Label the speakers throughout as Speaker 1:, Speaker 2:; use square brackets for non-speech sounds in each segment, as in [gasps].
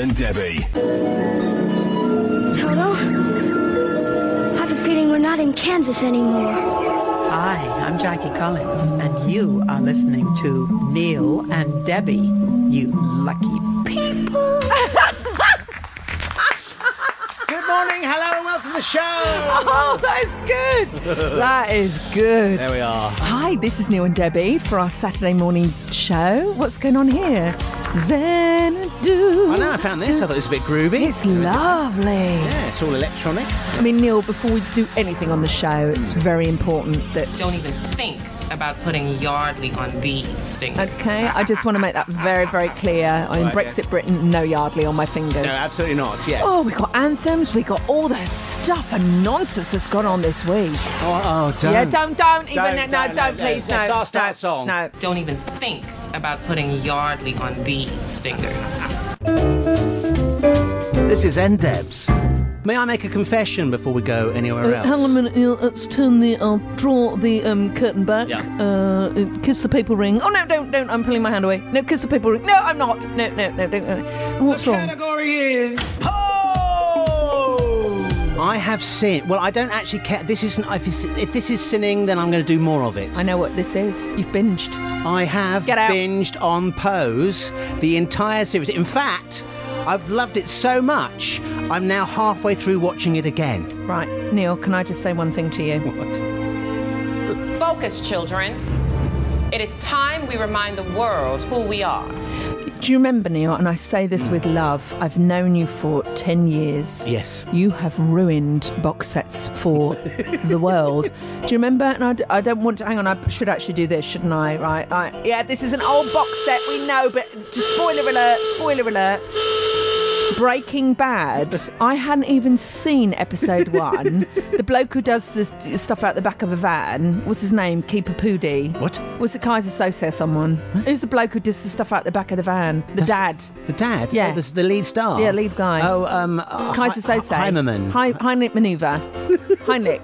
Speaker 1: and Debbie.
Speaker 2: Toto? I have a feeling we're not in Kansas anymore.
Speaker 3: Hi, I'm Jackie Collins, and you are listening to Neil and Debbie, you lucky
Speaker 1: [laughs]
Speaker 3: people.
Speaker 4: Good morning, hello, and welcome to the show.
Speaker 5: Oh, that is good. That is good.
Speaker 4: There we are.
Speaker 5: Hi, this is Neil and Debbie for our Saturday morning show. What's going on here? Xanadu.
Speaker 4: I know, I found this. I thought it was a bit groovy.
Speaker 5: It's lovely.
Speaker 4: yeah, it's all electronic.
Speaker 5: I mean, Neil, before we do anything on the show, it's very important that.
Speaker 6: don't even think about putting Yardley on these fingers.
Speaker 5: Okay, I just want to make that very, very clear. In
Speaker 4: Right, yeah.
Speaker 5: Brexit Britain, no Yardley on my fingers.
Speaker 4: No, absolutely not. Yes.
Speaker 5: Oh, we got anthems, we got all the stuff and nonsense that's gone on this week.
Speaker 4: oh, oh, don't.
Speaker 5: Yeah, don't, don't, even,
Speaker 4: Don't,
Speaker 5: no,
Speaker 4: don't,
Speaker 5: don't,
Speaker 4: no, no.
Speaker 5: please, no.
Speaker 4: Let's ask
Speaker 5: no,
Speaker 4: that song.
Speaker 5: No.
Speaker 6: Don't even think about putting Yardley on these fingers.
Speaker 4: This is NDebs. May I make a confession before we go
Speaker 5: Uh,
Speaker 4: anywhere else?
Speaker 7: Hang on a minute, Neil. Let's turn the. I'll draw the um, curtain back.
Speaker 4: Yeah.
Speaker 7: Uh, kiss the paper ring.
Speaker 5: Oh no, don't, don't! I'm pulling my hand away. No, kiss the paper ring. No, I'm not. No, no, no, don't. no. What's wrong?
Speaker 4: category is Oh! I have sinned. Well, I don't actually care. This isn't. If, it's, if this is sinning, then I'm going to do more of it.
Speaker 5: I know what this is. You've binged.
Speaker 4: I have
Speaker 5: Get out.
Speaker 4: binged on Pose the entire series. In fact, I've loved it so much, I'm now halfway through watching it again. [laughs]
Speaker 5: Right, Neil. Can I just say one thing to you?
Speaker 4: What?
Speaker 8: Focus, children. It is time we remind the world who we are.
Speaker 5: Do you remember, Neil? And I say this with love. I've known you for ten years.
Speaker 4: Yes.
Speaker 5: You have ruined box sets for the world. Do you remember? And I, d- I don't want to. Hang on. I should actually do this, shouldn't I? Right. I, yeah. This is an old box set. We know, but just spoiler alert. Spoiler alert. Breaking Bad. I hadn't even seen episode one. the bloke who does this stuff out the back of a van, what's his name? Keeper Pudi.
Speaker 4: What?
Speaker 5: Was it Kaiser Sose or someone? Who's the bloke who does the stuff out the back of the van? The
Speaker 4: That's-
Speaker 5: dad.
Speaker 4: The dad?
Speaker 5: Yeah.
Speaker 4: Oh, the, the lead star?
Speaker 5: Yeah, lead guy.
Speaker 4: Oh, um. uh,
Speaker 5: Kaiser
Speaker 4: Hi-
Speaker 5: Sose.
Speaker 4: Heimermann.
Speaker 5: Hi- Heimlich maneuver.
Speaker 4: [laughs]
Speaker 5: Heimlich.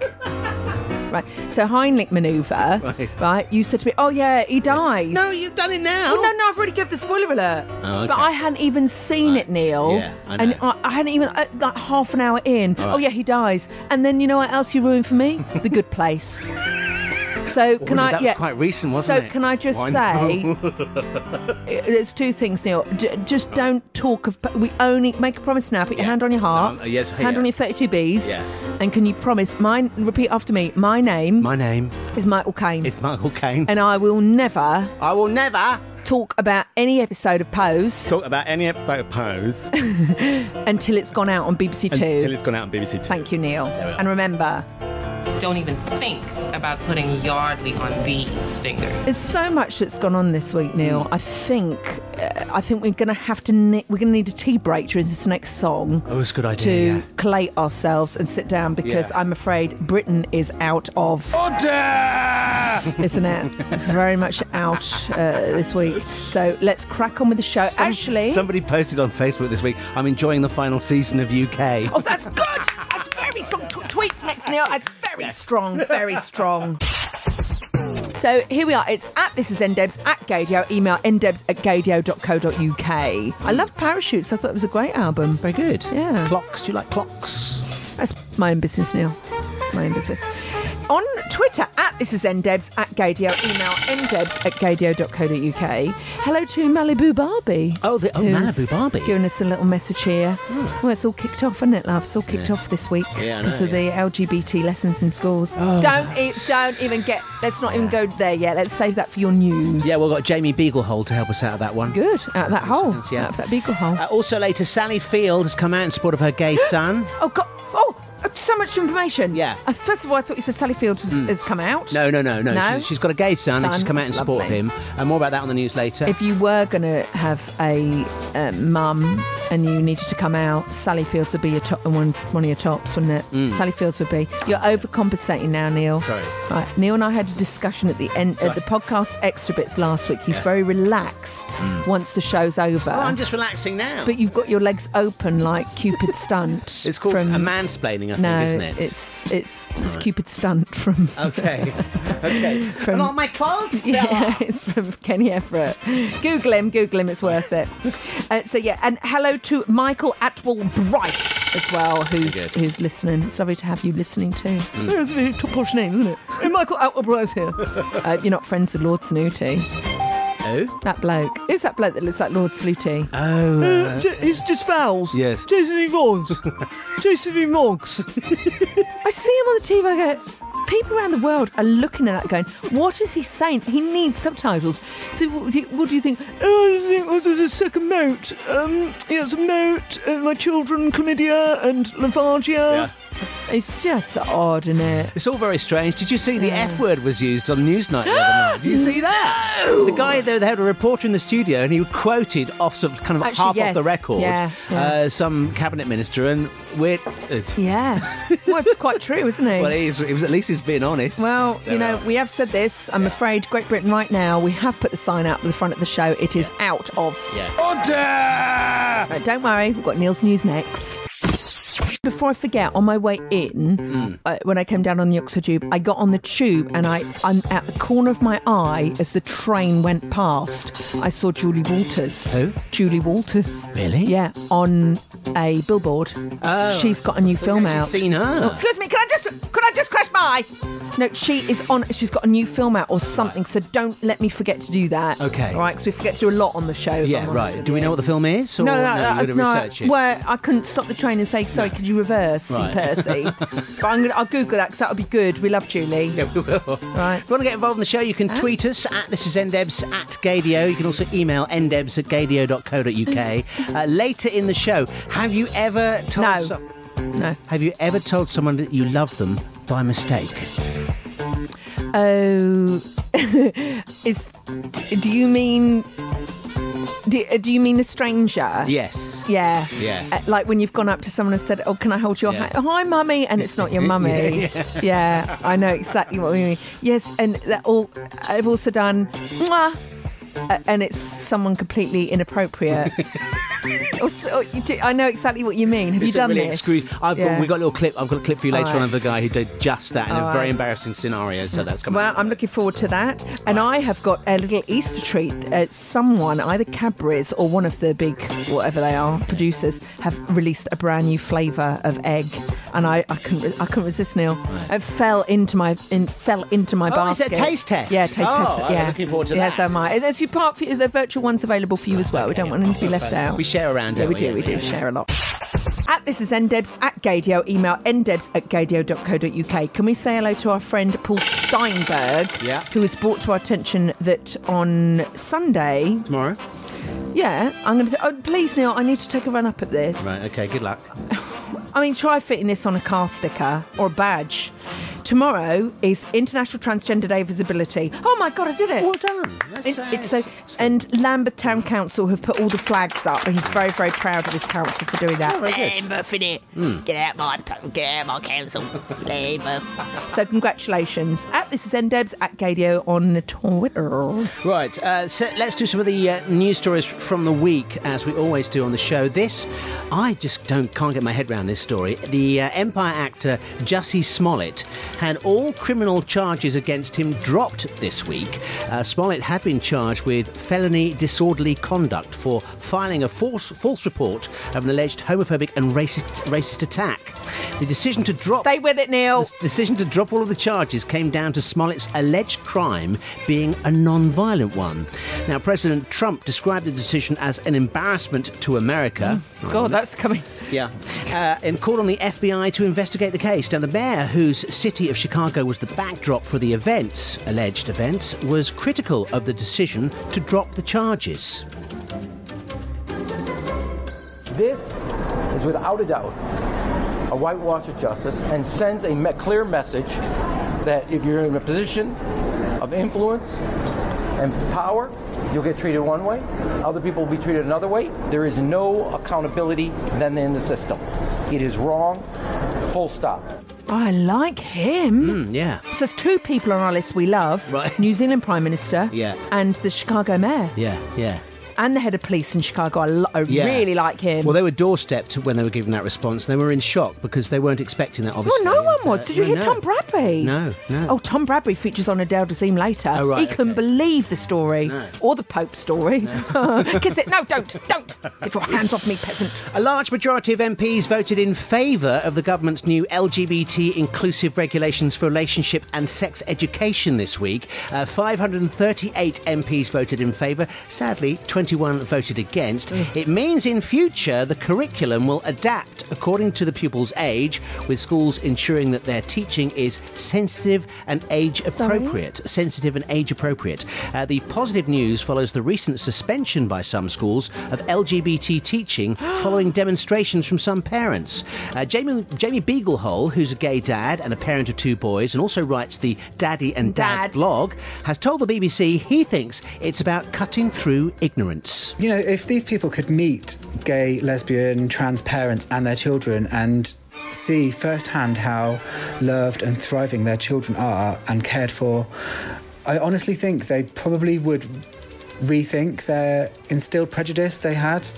Speaker 5: Right. So Heimlich maneuver.
Speaker 4: Right.
Speaker 5: Right. You said to me, "Oh yeah, he dies."
Speaker 4: no, you've done it now.
Speaker 5: Well, Oh, no, no, I've already given the spoiler alert.
Speaker 4: Oh, okay.
Speaker 5: But I hadn't even seen it, Neil.
Speaker 4: Yeah, I know.
Speaker 5: And I, I hadn't even, uh, like half an hour in.
Speaker 4: All right.
Speaker 5: Oh, yeah, he dies. And then you know what else you ruined for me? the good
Speaker 4: [laughs]
Speaker 5: place. So
Speaker 4: Oh,
Speaker 5: can
Speaker 4: no,
Speaker 5: I?
Speaker 4: That
Speaker 5: yeah.
Speaker 4: was quite recent,
Speaker 5: so
Speaker 4: wasn't it?
Speaker 5: can I just
Speaker 4: Why
Speaker 5: say, [laughs]
Speaker 4: not? [laughs]
Speaker 5: uh, there's two things, Neil. D- just don't talk of. We only make a promise now. Put your
Speaker 4: Yeah.
Speaker 5: hand on your heart.
Speaker 4: No, I'm- yes,
Speaker 5: Hand
Speaker 4: yeah.
Speaker 5: on your 32 Bs.
Speaker 4: Yeah.
Speaker 5: And can you promise? Mine. Repeat after me. My name
Speaker 4: My name
Speaker 5: is Michael Caine,
Speaker 4: is Michael Caine.
Speaker 5: and I will never
Speaker 4: I will never
Speaker 5: talk about any episode of Pose.
Speaker 4: talk about any episode of
Speaker 5: [laughs]
Speaker 4: Pose
Speaker 5: until it's gone out on BBC Two.
Speaker 4: until it's gone out on BBC Two.
Speaker 5: Thank you, Neil.
Speaker 4: we are.
Speaker 5: And remember,
Speaker 6: Don't even think about putting Yardley on these fingers.
Speaker 5: there's so much that's gone on this week, Neil.
Speaker 4: Mm.
Speaker 5: I think, uh, I think we're going to have to, ne- we're going to need a tea break during this next song.
Speaker 4: Oh, it's a good
Speaker 5: To
Speaker 4: idea. yeah.
Speaker 5: collate ourselves and sit down because
Speaker 4: Yeah.
Speaker 5: I'm afraid Britain is out of
Speaker 4: Order! [laughs]
Speaker 5: isn't it? Very much out uh, this week. So let's crack on with the show. Actually,
Speaker 4: Somebody posted on Facebook this week, I'm enjoying the final season of UK.
Speaker 5: oh, that's good. That's very strong. Tw- tweets next, Neil. That's very strong. Very strong. So here we are. It's at this is ndebs at gadio. Email ndebs at gadio.co.uk. I loved Parachutes. I thought it was a great album.
Speaker 4: Very good.
Speaker 5: Yeah.
Speaker 4: Clocks. Do you like clocks?
Speaker 5: That's my own business, Neil. That's my own business. On Twitter, at this is ndebs at gadio. Email ndebs at gadio.co.uk. Hello to Malibu Barbie.
Speaker 4: Oh, the, oh
Speaker 5: who's
Speaker 4: Malibu Barbie. Hmm.
Speaker 5: Giving us a little message here. Well, it's all kicked off, isn't it, love? It's all kicked off this week
Speaker 4: Yeah, Oh, I know,
Speaker 5: because of the LGBT lessons in schools. don't, e- don't even get. Let's not even go there yet. Let's save that for your news.
Speaker 4: yeah, we've got Jamie Beaglehole to help us out of that one.
Speaker 5: good out of that hole,
Speaker 4: Yeah.
Speaker 5: out of that beagle hole.
Speaker 4: Uh, also later, Sally Field has come out in support of her
Speaker 5: [gasps]
Speaker 4: gay son.
Speaker 5: oh God! Oh, uh, so much information.
Speaker 4: Yeah. Hmm.
Speaker 5: Uh, First of all, I thought you said Sally Field was, has come out.
Speaker 4: No, no, no, no.
Speaker 5: No?
Speaker 4: She, she's got a gay son, and
Speaker 5: Son,
Speaker 4: she's come out in
Speaker 5: that's
Speaker 4: support of
Speaker 5: lovely.
Speaker 4: him. And more about that on the news later.
Speaker 5: If you were going to have a uh, mum and you needed to come out, Sally Fields would be your top, one, one of your tops, wouldn't it? Sally Fields would be. You're overcompensating now, Neil.
Speaker 4: Hmm. Sorry.
Speaker 5: Right, Neil and I had a discussion at the end at the podcast extra bits last week. He's very relaxed once the show's over.
Speaker 4: Hmm. oh, I'm just relaxing now.
Speaker 5: but you've got your legs open like
Speaker 4: [laughs]
Speaker 5: Cupid stunt.
Speaker 4: it's called
Speaker 5: from
Speaker 4: a mansplaining, I think,
Speaker 5: no,
Speaker 4: isn't it?
Speaker 5: it's it's it's Cupid stunt from
Speaker 4: Okay. [laughs] okay. and all my clothes fell
Speaker 5: [laughs] Yeah,
Speaker 4: off.
Speaker 5: it's from Kenny Everett. Google him, Google him, it's worth it. Uh, so, yeah, and hello to Michael Atwell Bryce as well, who's who's listening. It's lovely to have you listening too.
Speaker 4: Hmm.
Speaker 5: That's a very t- posh name, isn't it? Hey, Michael Atwell
Speaker 4: [laughs]
Speaker 5: Bryce here. uh, you're not friends with Lord Snooty.
Speaker 4: Oh?
Speaker 5: That bloke. Who's that bloke that looks like Lord Snooty?
Speaker 7: Uh, J- it's just fouls.
Speaker 4: Yes.
Speaker 7: Jason V. Vaughns. Jason V. Moggs.
Speaker 5: I see him on the TV. I go, people around the world are looking at that, going, "What is he saying? He needs subtitles." So, what do you, what do you think?
Speaker 7: Oh, I think well, there's a second moat. Um, yeah, it's a moat. Uh, my children, chlamydia and lymphangia.
Speaker 4: Yeah.
Speaker 5: It's just odd, isn't it?
Speaker 4: It's all very strange. Did you see the F word was used on Newsnight the other night? Did you see that? The guy there, they had a reporter in the studio, and he quoted off of kind of
Speaker 5: Actually,
Speaker 4: half
Speaker 5: yes.
Speaker 4: off the record,
Speaker 5: Yeah, yeah.
Speaker 4: Uh, some cabinet minister, and we're. it- [laughs]
Speaker 5: Yeah. well, it's quite true, isn't it?
Speaker 4: Well, it, is, it was at least he's being honest.
Speaker 5: Well,
Speaker 4: There
Speaker 5: you know,
Speaker 4: are.
Speaker 5: we have said this. I'm afraid Great Britain right now, we have put the sign out at the front of the show. It is out of. Right, don't worry, we've got Neil's news next. Before I forget, on my way in,
Speaker 4: Hmm.
Speaker 5: uh, when I came down on the Oxford Tube, I got on the tube and I, i at the corner of my eye, as the train went past, I saw Julie Walters.
Speaker 4: Who?
Speaker 5: Julie Walters.
Speaker 4: Really?
Speaker 5: Yeah, on a billboard. Oh, She's got a new film
Speaker 4: actually
Speaker 5: out.
Speaker 4: seen her.
Speaker 5: Oh, excuse me, can I just could I just crash my? No, she is on. She's got a new film out or something. So don't let me forget to do that.
Speaker 4: Okay.
Speaker 5: All right, because we forget to do a lot on the show. if I'm
Speaker 4: Yeah,
Speaker 5: honest
Speaker 4: right.
Speaker 5: with
Speaker 4: Do we
Speaker 5: you.
Speaker 4: know what the film is? Or
Speaker 5: No, no,
Speaker 4: you're
Speaker 5: that,
Speaker 4: gonna research
Speaker 5: no.
Speaker 4: it?
Speaker 5: Well, I couldn't stop the train and say, "Sorry, could you reverse,
Speaker 4: Right.
Speaker 5: see, Percy?"
Speaker 4: [laughs]
Speaker 5: but I'm gonna, I'll Google that because that would be good. We love Julie.
Speaker 4: Yeah, [laughs] we will.
Speaker 5: Right. Ah.
Speaker 4: If you want to get involved in the show, you can tweet us at this is ndebs at gadio. You can also email ndebs at
Speaker 5: [laughs]
Speaker 4: gadio.co.uk. Uh, later in the show, have you ever told
Speaker 5: No.
Speaker 4: some-
Speaker 5: No.
Speaker 4: have you ever told someone that you love them by mistake?
Speaker 5: Oh, [laughs] is do you mean do, do you mean a stranger?
Speaker 4: Yes.
Speaker 5: Yeah.
Speaker 4: Yeah.
Speaker 5: Uh, like when you've gone up to someone and said, Oh, can I hold your
Speaker 4: Yeah.
Speaker 5: hand? Hi, mummy. And it's
Speaker 4: [laughs]
Speaker 5: not your mummy. yeah, I know exactly what you mean. Yes. And that all, I've also done, Mwah, uh, and it's someone completely
Speaker 4: [laughs]
Speaker 5: inappropriate. Or s- or you do- I know exactly what you mean. Have
Speaker 4: It's
Speaker 5: you done
Speaker 4: really
Speaker 5: this?
Speaker 4: excru- I've
Speaker 5: Yeah.
Speaker 4: got, we got a little clip. I've got a clip for you later
Speaker 5: All right.
Speaker 4: on of a guy who did just that in a
Speaker 5: All
Speaker 4: very
Speaker 5: right.
Speaker 4: embarrassing scenario. So that's coming.
Speaker 5: Well,
Speaker 4: up.
Speaker 5: I'm looking forward to that. And I have got a little Easter treat. Uh, someone, either Cadbury's or one of the big, whatever they are, producers, have released a brand new flavour of egg. And I, I couldn't, re- I couldn't resist, Neil. It fell into my, in, fell into my
Speaker 4: Oh, is
Speaker 5: basket.
Speaker 4: it a taste test?
Speaker 5: Yeah, taste
Speaker 4: Oh,
Speaker 5: test.
Speaker 4: I'm
Speaker 5: Yeah,
Speaker 4: looking forward to
Speaker 5: yeah,
Speaker 4: that.
Speaker 5: so am I. There's your part. For, you- the virtual one's available for you as well. We don't want them to be left out.
Speaker 4: We share around.
Speaker 5: Yeah,
Speaker 4: don't
Speaker 5: we do.
Speaker 4: Yeah,
Speaker 5: We do
Speaker 4: yeah.
Speaker 5: share a lot. At this is ndebs at gadio. Email ndebs at gadio.co.uk. Can we say hello to our friend Paul Steinberg,
Speaker 4: Yeah.
Speaker 5: who has brought to our attention that on Sunday,
Speaker 4: Tomorrow.
Speaker 5: yeah, I'm going to say, oh, please, Neil, I need to take a run up at this.
Speaker 4: Right. Okay. Good luck.
Speaker 5: I mean, try fitting this on a car sticker or a badge. Tomorrow is International Transgender Day of Visibility. Oh my God, I did it!
Speaker 4: Well done. That's,
Speaker 5: It-
Speaker 4: uh,
Speaker 5: it's so, and Lambeth Town Council have put all the flags up, and he's very, very proud of his council for doing that.
Speaker 1: Labour for it.
Speaker 9: Hmm.
Speaker 1: Get out my get out my council. Labour.
Speaker 5: So congratulations. At this is Ndebs at Gadio on Twitter.
Speaker 4: Right, uh, so let's do some of the uh, news stories from the week, as we always do on the show. This, I just don't can't get my head around this story. The uh, Empire actor Jussie Smollett had all criminal charges against him dropped this week. Uh, Smollett had been charged with felony disorderly conduct for filing a false false report of an alleged homophobic and racist racist attack. The decision to drop
Speaker 5: Stay with it, Neil.
Speaker 4: the decision to drop all of the charges came down to Smollett's alleged crime being a non violent one. Now, President Trump described the decision as an embarrassment to America.
Speaker 5: God, that's coming.
Speaker 4: Yeah. Uh, and called on the FBI to investigate the case. Now, the mayor, whose city of Chicago was the backdrop for the events, alleged events, was critical of the decision to drop the charges.
Speaker 10: This is without a doubt a whitewash of justice and sends a me- clear message that if you're in a position of influence and power, you'll get treated one way, other people will be treated another way. There is no accountability then in the system. It is wrong, full stop.
Speaker 5: Oh, I like him.
Speaker 4: Hmm, yeah.
Speaker 5: So there's two people on our list we love.
Speaker 4: Right.
Speaker 5: New Zealand Prime Minister
Speaker 4: Yeah.
Speaker 5: and the Chicago Mayor.
Speaker 4: Yeah, yeah.
Speaker 5: and the head of police in Chicago. I, lo- I
Speaker 4: Yeah.
Speaker 5: really like him.
Speaker 4: Well, they were doorstepped when they were given that response. They were in shock because they weren't expecting that, obviously.
Speaker 5: no one
Speaker 4: And, uh,
Speaker 5: was. Did you
Speaker 4: no,
Speaker 5: hear
Speaker 4: no.
Speaker 5: Tom Bradby?
Speaker 4: No, no.
Speaker 5: Oh, Tom Bradby features on Adele Dazeem later.
Speaker 4: Oh, right,
Speaker 5: he couldn't
Speaker 4: okay.
Speaker 5: believe the story
Speaker 4: No.
Speaker 5: or the Pope story. [laughs] Kiss it. No, don't, don't. Get your hands off me, peasant.
Speaker 4: A large majority of MPs voted in favour of the government's new LGBT inclusive regulations for relationship and sex education this week. Uh, 538 MPs voted in favour. Sadly, 21 voted against. It means in future the curriculum will adapt according to the pupil's age, with schools ensuring that their teaching is sensitive and age
Speaker 5: Sorry?
Speaker 4: appropriate appropriate, sensitive and age appropriate. Uh, the positive news follows the recent suspension by some schools of LGBT
Speaker 5: [gasps]
Speaker 4: teaching following demonstrations from some parents. Uh, Jamie, Jamie Beaglehole, who's a gay dad and a parent of two boys and also writes the Daddy and Dad,
Speaker 5: Dad.
Speaker 4: blog, has told the BBC he thinks it's about cutting through ignorance.
Speaker 11: You know, if these people could meet gay, lesbian, trans parents and their children and see firsthand how loved and thriving their children are and cared for, I honestly think they probably would rethink their instilled prejudice they had.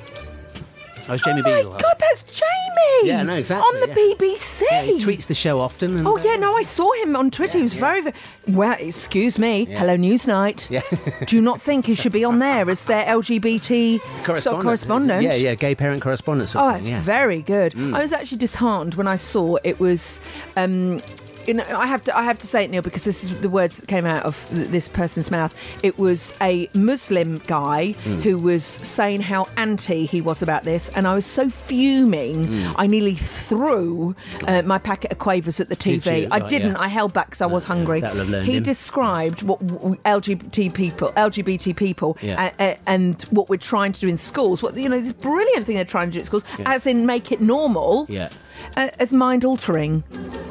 Speaker 4: That was Jamie
Speaker 5: oh my
Speaker 4: Beaglehole.
Speaker 5: God, that's Jamie.
Speaker 4: Yeah, no, exactly,
Speaker 5: On the
Speaker 4: yeah.
Speaker 5: BBC.
Speaker 4: Yeah, he tweets the show often. And,
Speaker 5: Oh
Speaker 4: uh,
Speaker 5: yeah, no, I saw him on Twitter. he was very, very well. Excuse me, Hello Newsnight. Yeah. Do you not think he should be on there as their LGBT sort of correspondent?
Speaker 4: Yeah, yeah, gay parent correspondent. sort
Speaker 5: Oh,
Speaker 4: of
Speaker 5: that's
Speaker 4: thing, yeah. Mm.
Speaker 5: very good. I was actually disheartened when I saw it was. Um, you know, I have to. I have to say it, Neil, because this is the words that came out of th- this person's mouth. It was a Muslim guy
Speaker 4: Mm.
Speaker 5: who was saying how anti he was about this, and I was so fuming,
Speaker 4: Mm.
Speaker 5: I nearly threw uh, my packet of quavers at the
Speaker 4: Oh. Did
Speaker 5: TV.
Speaker 4: you?
Speaker 5: I
Speaker 4: Right,
Speaker 5: didn't.
Speaker 4: yeah.
Speaker 5: I held back because I was hungry.
Speaker 4: that'll have learned
Speaker 5: he
Speaker 4: him.
Speaker 5: described what w- LGBT people, LGBT people, uh,
Speaker 4: Yeah.
Speaker 5: a- a- and what we're trying to do in schools. What you know, this brilliant thing they're trying to do at schools, as in make it normal.
Speaker 4: Yeah.
Speaker 5: Uh, as mind altering.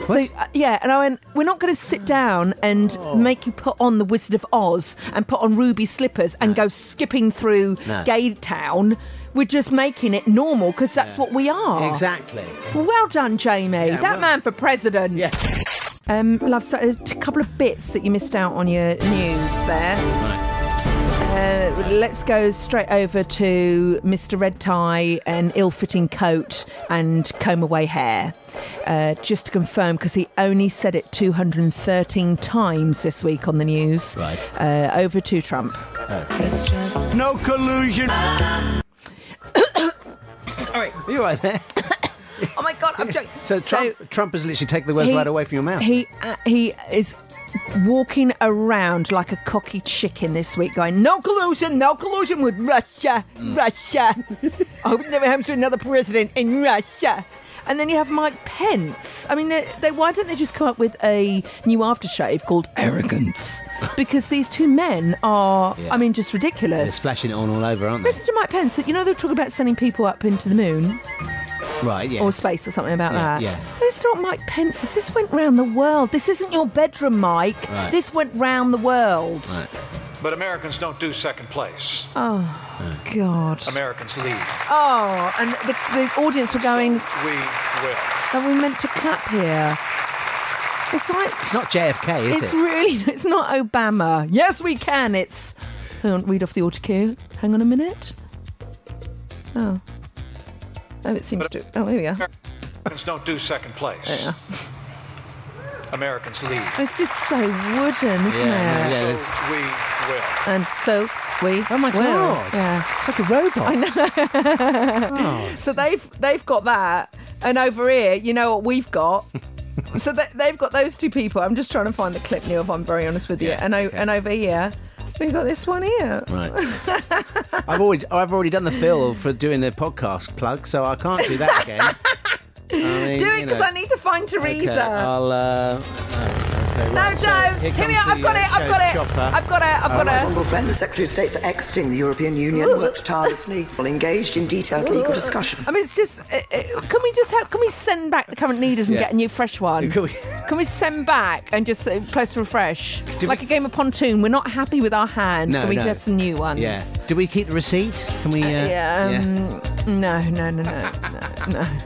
Speaker 5: So, uh, yeah, and I went, we're not going to sit down and
Speaker 4: Oh.
Speaker 5: make you put on the Wizard of Oz and put on ruby slippers and go skipping through
Speaker 4: No.
Speaker 5: gay town. We're just making it normal because that's what we are.
Speaker 4: Oh. Exactly.
Speaker 5: Well done, Jamie. that
Speaker 4: well-
Speaker 5: man for president.
Speaker 4: Yeah.
Speaker 5: Um, love, so there's a couple of bits that you missed out on your news there. Uh, let's go straight over to Mr. Red Tie and ill fitting coat and comb away hair. Uh, just to confirm, because he only said it 213 times this week on the news.
Speaker 4: Right.
Speaker 5: Uh, over to Trump.
Speaker 7: No collusion.
Speaker 4: Are you all right there?
Speaker 5: Oh my God, I'm joking.
Speaker 4: So Trump, Trump has literally taken the words right away from your mouth.
Speaker 5: He uh, he is walking around like a cocky chicken this week, going no collusion, no collusion with Russia,
Speaker 4: Mm.
Speaker 5: Russia. [laughs] I hope it never happens to another president in Russia. And then you have Mike Pence. I mean, they, they, why don't they just come up with a new aftershave called
Speaker 4: [laughs]
Speaker 5: Arrogance? Because these two men are, I mean, just
Speaker 4: They're
Speaker 5: ridiculous.
Speaker 4: splashing it on all over, aren't they?
Speaker 5: Message to Mike Pence that you know they're talking about sending people up into the moon
Speaker 4: Right, yeah.
Speaker 5: or space or something about
Speaker 4: Yeah,
Speaker 5: that.
Speaker 4: yeah.
Speaker 5: This not Mike Pence's. This went round the world. This isn't your bedroom, Mike.
Speaker 4: Right.
Speaker 5: This went round the world. Oh,
Speaker 4: Right.
Speaker 12: But Americans don't do second place.
Speaker 5: God.
Speaker 12: Americans lead.
Speaker 5: Oh, and the, the audience were going,
Speaker 12: We will.
Speaker 5: are we meant to clap here? It's like,
Speaker 4: It's not JFK, is
Speaker 5: it's
Speaker 4: it?
Speaker 5: really, [laughs] it's not Obama. Yes, we can. It's, hang on, read off the auto cue. Hang on a minute. Oh. Oh, it seems to. Oh, there we go.
Speaker 12: Americans don't do second place.
Speaker 5: Yeah.
Speaker 12: Americans lead.
Speaker 5: It's just so wooden, isn't
Speaker 4: Yeah, yeah.
Speaker 5: it?
Speaker 12: So
Speaker 4: there's-
Speaker 12: we will.
Speaker 5: And so we.
Speaker 4: Oh my
Speaker 5: will.
Speaker 4: god.
Speaker 5: Yeah.
Speaker 4: It's like a robot. I know.
Speaker 5: [laughs] So they've they've got that, and over here, you know what we've
Speaker 4: [laughs]
Speaker 5: got. so they, they've got those two people. I'm just trying to find the clip now, if I'm very honest with you.
Speaker 4: Yeah,
Speaker 5: and o-
Speaker 4: okay.
Speaker 5: and over here, we've got this one here.
Speaker 4: Right. [laughs] I've already I've already done the fill for doing the podcast plug, so I can't do that
Speaker 5: [laughs]
Speaker 4: again. I mean,
Speaker 5: Do it
Speaker 4: you
Speaker 5: because
Speaker 4: know.
Speaker 5: I need to find
Speaker 4: Okay,
Speaker 5: Teresa.
Speaker 4: I'll, uh, oh, okay,
Speaker 5: no,
Speaker 4: right,
Speaker 5: don't.
Speaker 4: so
Speaker 5: Here,
Speaker 4: comes
Speaker 5: we are.
Speaker 4: the,
Speaker 5: I've got
Speaker 4: uh,
Speaker 5: it. I've got it.
Speaker 4: showstopper. Uh,
Speaker 5: I've got it. I've got it.
Speaker 1: Honourable friend, the Secretary of State for exiting the European Union, worked tirelessly while engaged in detailed legal discussion.
Speaker 5: I mean, it's just. Uh, uh, can we just help? Can we send back the current leaders and
Speaker 4: Yeah.
Speaker 5: get a new fresh one?
Speaker 4: Can we-
Speaker 5: Can we send back and just uh, close to refresh? like a game of pontoon. We're not happy with our hand.
Speaker 4: No,
Speaker 5: can we
Speaker 4: no.
Speaker 5: just some new ones?
Speaker 4: Yeah. uh, Do we keep the receipt? Can we? Uh,
Speaker 5: Yeah, um, No, no, no, no, no, no.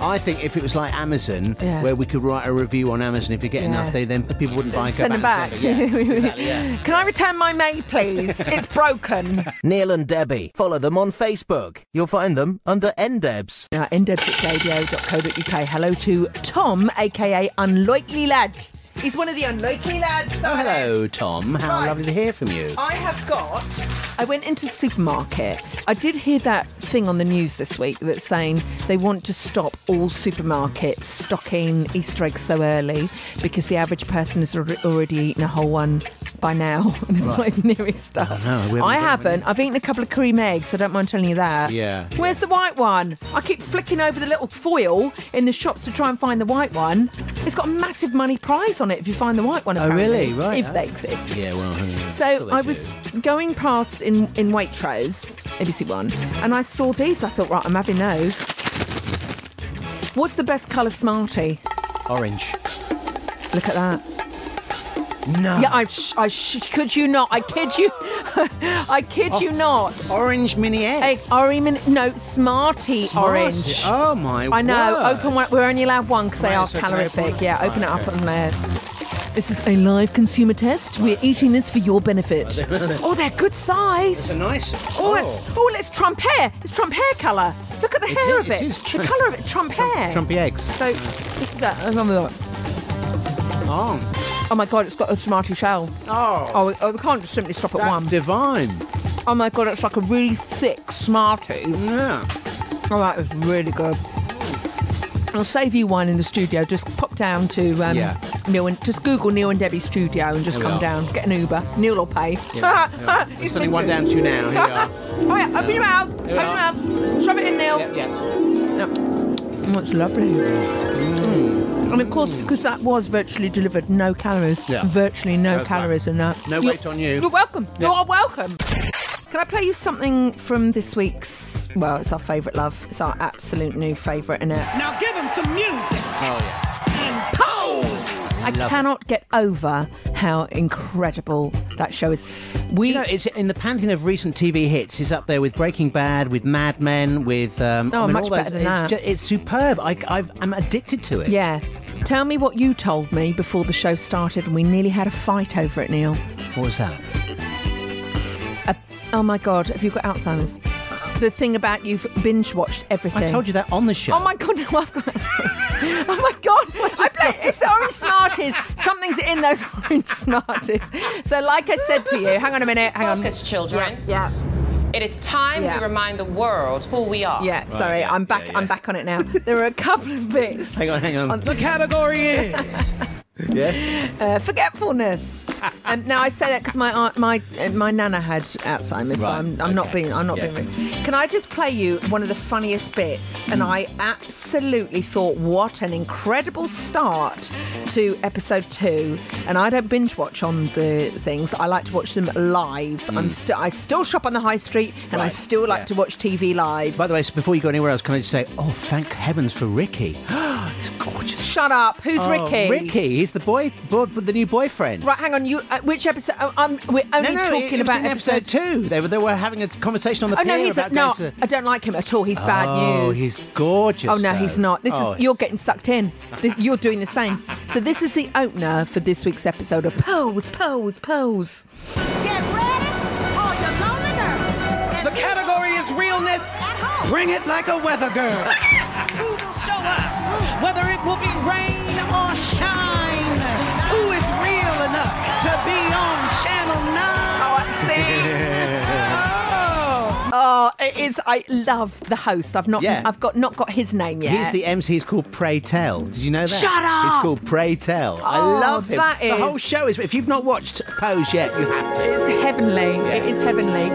Speaker 4: I think if it was like Amazon,
Speaker 5: Yeah.
Speaker 4: where we could write a review on Amazon, if we get
Speaker 5: Yeah.
Speaker 4: enough, they then people wouldn't buy. it, go
Speaker 5: Send them back.
Speaker 4: and
Speaker 5: [laughs]
Speaker 4: sell it, yeah.
Speaker 5: Can I return my May,
Speaker 4: [laughs]
Speaker 5: please? it's broken.
Speaker 13: Neil and Debbie. Follow them on Facebook. You'll find them under NDebs.
Speaker 5: Now, ndebs at radio.co.uk. Hello to Tom, aka Unlikely Lad. He's one of the unlikely lads.
Speaker 4: Oh,
Speaker 5: Simon.
Speaker 4: hello, Tom. How
Speaker 5: Right.
Speaker 4: lovely to hear from you.
Speaker 5: I have got. I went into the supermarket. I did hear that thing on the news this week that's saying they want to stop all supermarkets stocking Easter eggs so early because the average person has alre- already eaten a whole one by now. [laughs] And it's not
Speaker 4: Right.
Speaker 5: even near Easter.
Speaker 4: no, we haven't
Speaker 5: I
Speaker 4: got
Speaker 5: haven't. I've eaten a couple of cream eggs. I don't mind telling you that.
Speaker 4: Yeah.
Speaker 5: Where's the white one? I keep flicking over the little foil in the shops to try and find the white one. It's got a massive money prize on it if you find the white one.
Speaker 4: Oh, really?
Speaker 5: apparently,
Speaker 4: Right.
Speaker 5: If they exist.
Speaker 4: Yeah, well. hmm.
Speaker 5: So I was going past in, in Waitrose, ABC One, and I saw these. I thought, right, I'm having those. What's the best colour Smartie?
Speaker 4: Orange.
Speaker 5: Look at that.
Speaker 4: No.
Speaker 5: Yeah, I, sh- I sh- could you not? I kid you. [laughs] I kid you
Speaker 4: Oh.
Speaker 5: not.
Speaker 4: Orange mini egg.
Speaker 5: Orange mini. No, Smartie, orange.
Speaker 4: Oh my!
Speaker 5: I know.
Speaker 4: word.
Speaker 5: Open one. We're only allowed one because they
Speaker 4: Right,
Speaker 5: are
Speaker 4: so can I open
Speaker 5: calorific.
Speaker 4: one?
Speaker 5: Yeah,
Speaker 4: Right,
Speaker 5: open it up
Speaker 4: okay.
Speaker 5: on there. This is a live consumer test. We're eating this for your benefit. oh, they're good size.
Speaker 4: It's a nice-
Speaker 5: Oh, it's oh, it's Trump hair. It's Trump hair colour. Look at the
Speaker 4: It
Speaker 5: hair
Speaker 4: is-
Speaker 5: of it.
Speaker 4: it is
Speaker 5: the
Speaker 4: Trump-
Speaker 5: colour of it. Trump hair.
Speaker 4: Trumpy eggs.
Speaker 5: So this is that.
Speaker 4: Oh,
Speaker 5: Oh my god, it's got a smarty shell. Oh. Oh, we, oh, we can't just simply stop at one.
Speaker 4: divine.
Speaker 5: Oh my god, it's like a really thick smarty.
Speaker 4: Yeah.
Speaker 5: Oh, that was really good. I'll save you one in the studio. Just pop down to um,
Speaker 4: Yeah.
Speaker 5: Neil and just Google Neil and Debbie's studio and just
Speaker 4: There we
Speaker 5: come
Speaker 4: are.
Speaker 5: down. Get an Uber. Neil will pay.
Speaker 4: Yeah,
Speaker 5: [laughs]
Speaker 4: yeah.
Speaker 5: He's
Speaker 4: There's
Speaker 5: been
Speaker 4: only one
Speaker 5: good.
Speaker 4: down to you now. Here you are.
Speaker 5: [laughs] All right, open your mouth. Open
Speaker 4: Here
Speaker 5: your
Speaker 4: we are.
Speaker 5: mouth. Shove it in, Neil.
Speaker 4: Yeah, yeah.
Speaker 5: [laughs] Oh, it's lovely. And of course, because that was virtually delivered, no calories.
Speaker 4: Mm. Yeah.
Speaker 5: Virtually no
Speaker 4: No
Speaker 5: calories in that.
Speaker 4: No
Speaker 5: You're-
Speaker 4: weight on you.
Speaker 5: You're welcome. You are welcome. Can I play you something from this week's? Well, it's our favourite love. It's our absolute new favourite in it.
Speaker 14: Now give him some music.
Speaker 4: Oh yeah.
Speaker 5: Pose. I
Speaker 4: Love it.
Speaker 5: cannot get over how incredible that show is. We
Speaker 4: you know, it's in the pantheon of recent TV hits. It's up there with Breaking Bad, with Mad Men, with um,
Speaker 5: Oh,
Speaker 4: I mean,
Speaker 5: much
Speaker 4: all those,
Speaker 5: better than
Speaker 4: it's
Speaker 5: that.
Speaker 4: ju- it's superb. I, I've, I'm addicted to it.
Speaker 5: Yeah. Tell me what you told me before the show started, and we nearly had a fight over it, Neil.
Speaker 4: What was that?
Speaker 5: A, oh my God, have you got Alzheimer's? The thing about you've binge watched everything.
Speaker 4: I told you that on the show.
Speaker 5: Oh my God, [laughs] no, I've got Alzheimer's. oh my God, I play, it's the orange Smarties. Something's in those [laughs] orange Smarties. So, like I said to you, hang on a minute, hang on.
Speaker 8: Focus, children.
Speaker 5: Yeah.
Speaker 8: It is time
Speaker 5: Yeah.
Speaker 8: we remind the world who we are.
Speaker 5: Yeah, sorry, I'm back. I'm back on it now. There are a couple of bits.
Speaker 4: Hang on, hang on.
Speaker 5: on-
Speaker 4: The category
Speaker 5: [laughs]
Speaker 4: is yes.
Speaker 5: Uh,
Speaker 4: [laughs]
Speaker 5: forgetfulness. um, now I say that because my aunt, my uh, my nana had Alzheimer's, so
Speaker 9: Right,
Speaker 5: I'm, I'm not
Speaker 9: okay.
Speaker 5: being I'm not
Speaker 9: Yeah.
Speaker 5: being. rude. Can I just play you one of the funniest bits?
Speaker 4: Mm.
Speaker 5: And I absolutely thought, what an incredible start to episode two. And I don't binge watch on the things. I like to watch them live. I'm still I still shop on the high street, and I
Speaker 4: Mm. Right,
Speaker 5: still like
Speaker 4: yeah.
Speaker 5: to watch TV live.
Speaker 4: By the way, so before you go anywhere else, can I just say, oh, thank heavens for Ricky. [gasps] it's gorgeous.
Speaker 5: Shut up. Who's
Speaker 4: Oh,
Speaker 5: Ricky?
Speaker 4: Ricky, he's the boy, bo- the new boyfriend.
Speaker 5: Right, hang on. You uh, which episode? Oh, I'm, we're only
Speaker 4: no, no,
Speaker 5: talking
Speaker 4: it, it was
Speaker 5: about
Speaker 4: in episode two. They were they were having a conversation on the
Speaker 5: oh no,
Speaker 4: pier
Speaker 5: he's
Speaker 4: about
Speaker 5: a, no.
Speaker 4: going to.
Speaker 5: I don't like him at all. He's bad
Speaker 4: oh,
Speaker 5: news.
Speaker 4: he's gorgeous.
Speaker 5: oh no,
Speaker 4: though.
Speaker 5: he's not. This
Speaker 4: Oh,
Speaker 5: is you're getting sucked in. This, you're doing the same. So this is the opener for this week's episode of Pose,
Speaker 4: [laughs]
Speaker 5: Pose, Pose.
Speaker 14: The category is realness. Bring it like a
Speaker 5: [laughs]
Speaker 14: weather girl. Who will show us whether it will be rain or shine? Who is real enough to be on Channel 9? Oh, I
Speaker 5: Oh, it is. I love the host. I've not.
Speaker 4: Yeah.
Speaker 5: I've got not got his name yet.
Speaker 4: He's the MC. He's called Pray Tell. Did you know that?
Speaker 5: Shut up!
Speaker 4: He's called Pray Tell. I
Speaker 5: Oh,
Speaker 4: love him.
Speaker 5: that
Speaker 4: The whole
Speaker 5: is-
Speaker 4: show is. If you've not watched Pose yet, you have to.
Speaker 5: It's heavenly. It is heavenly.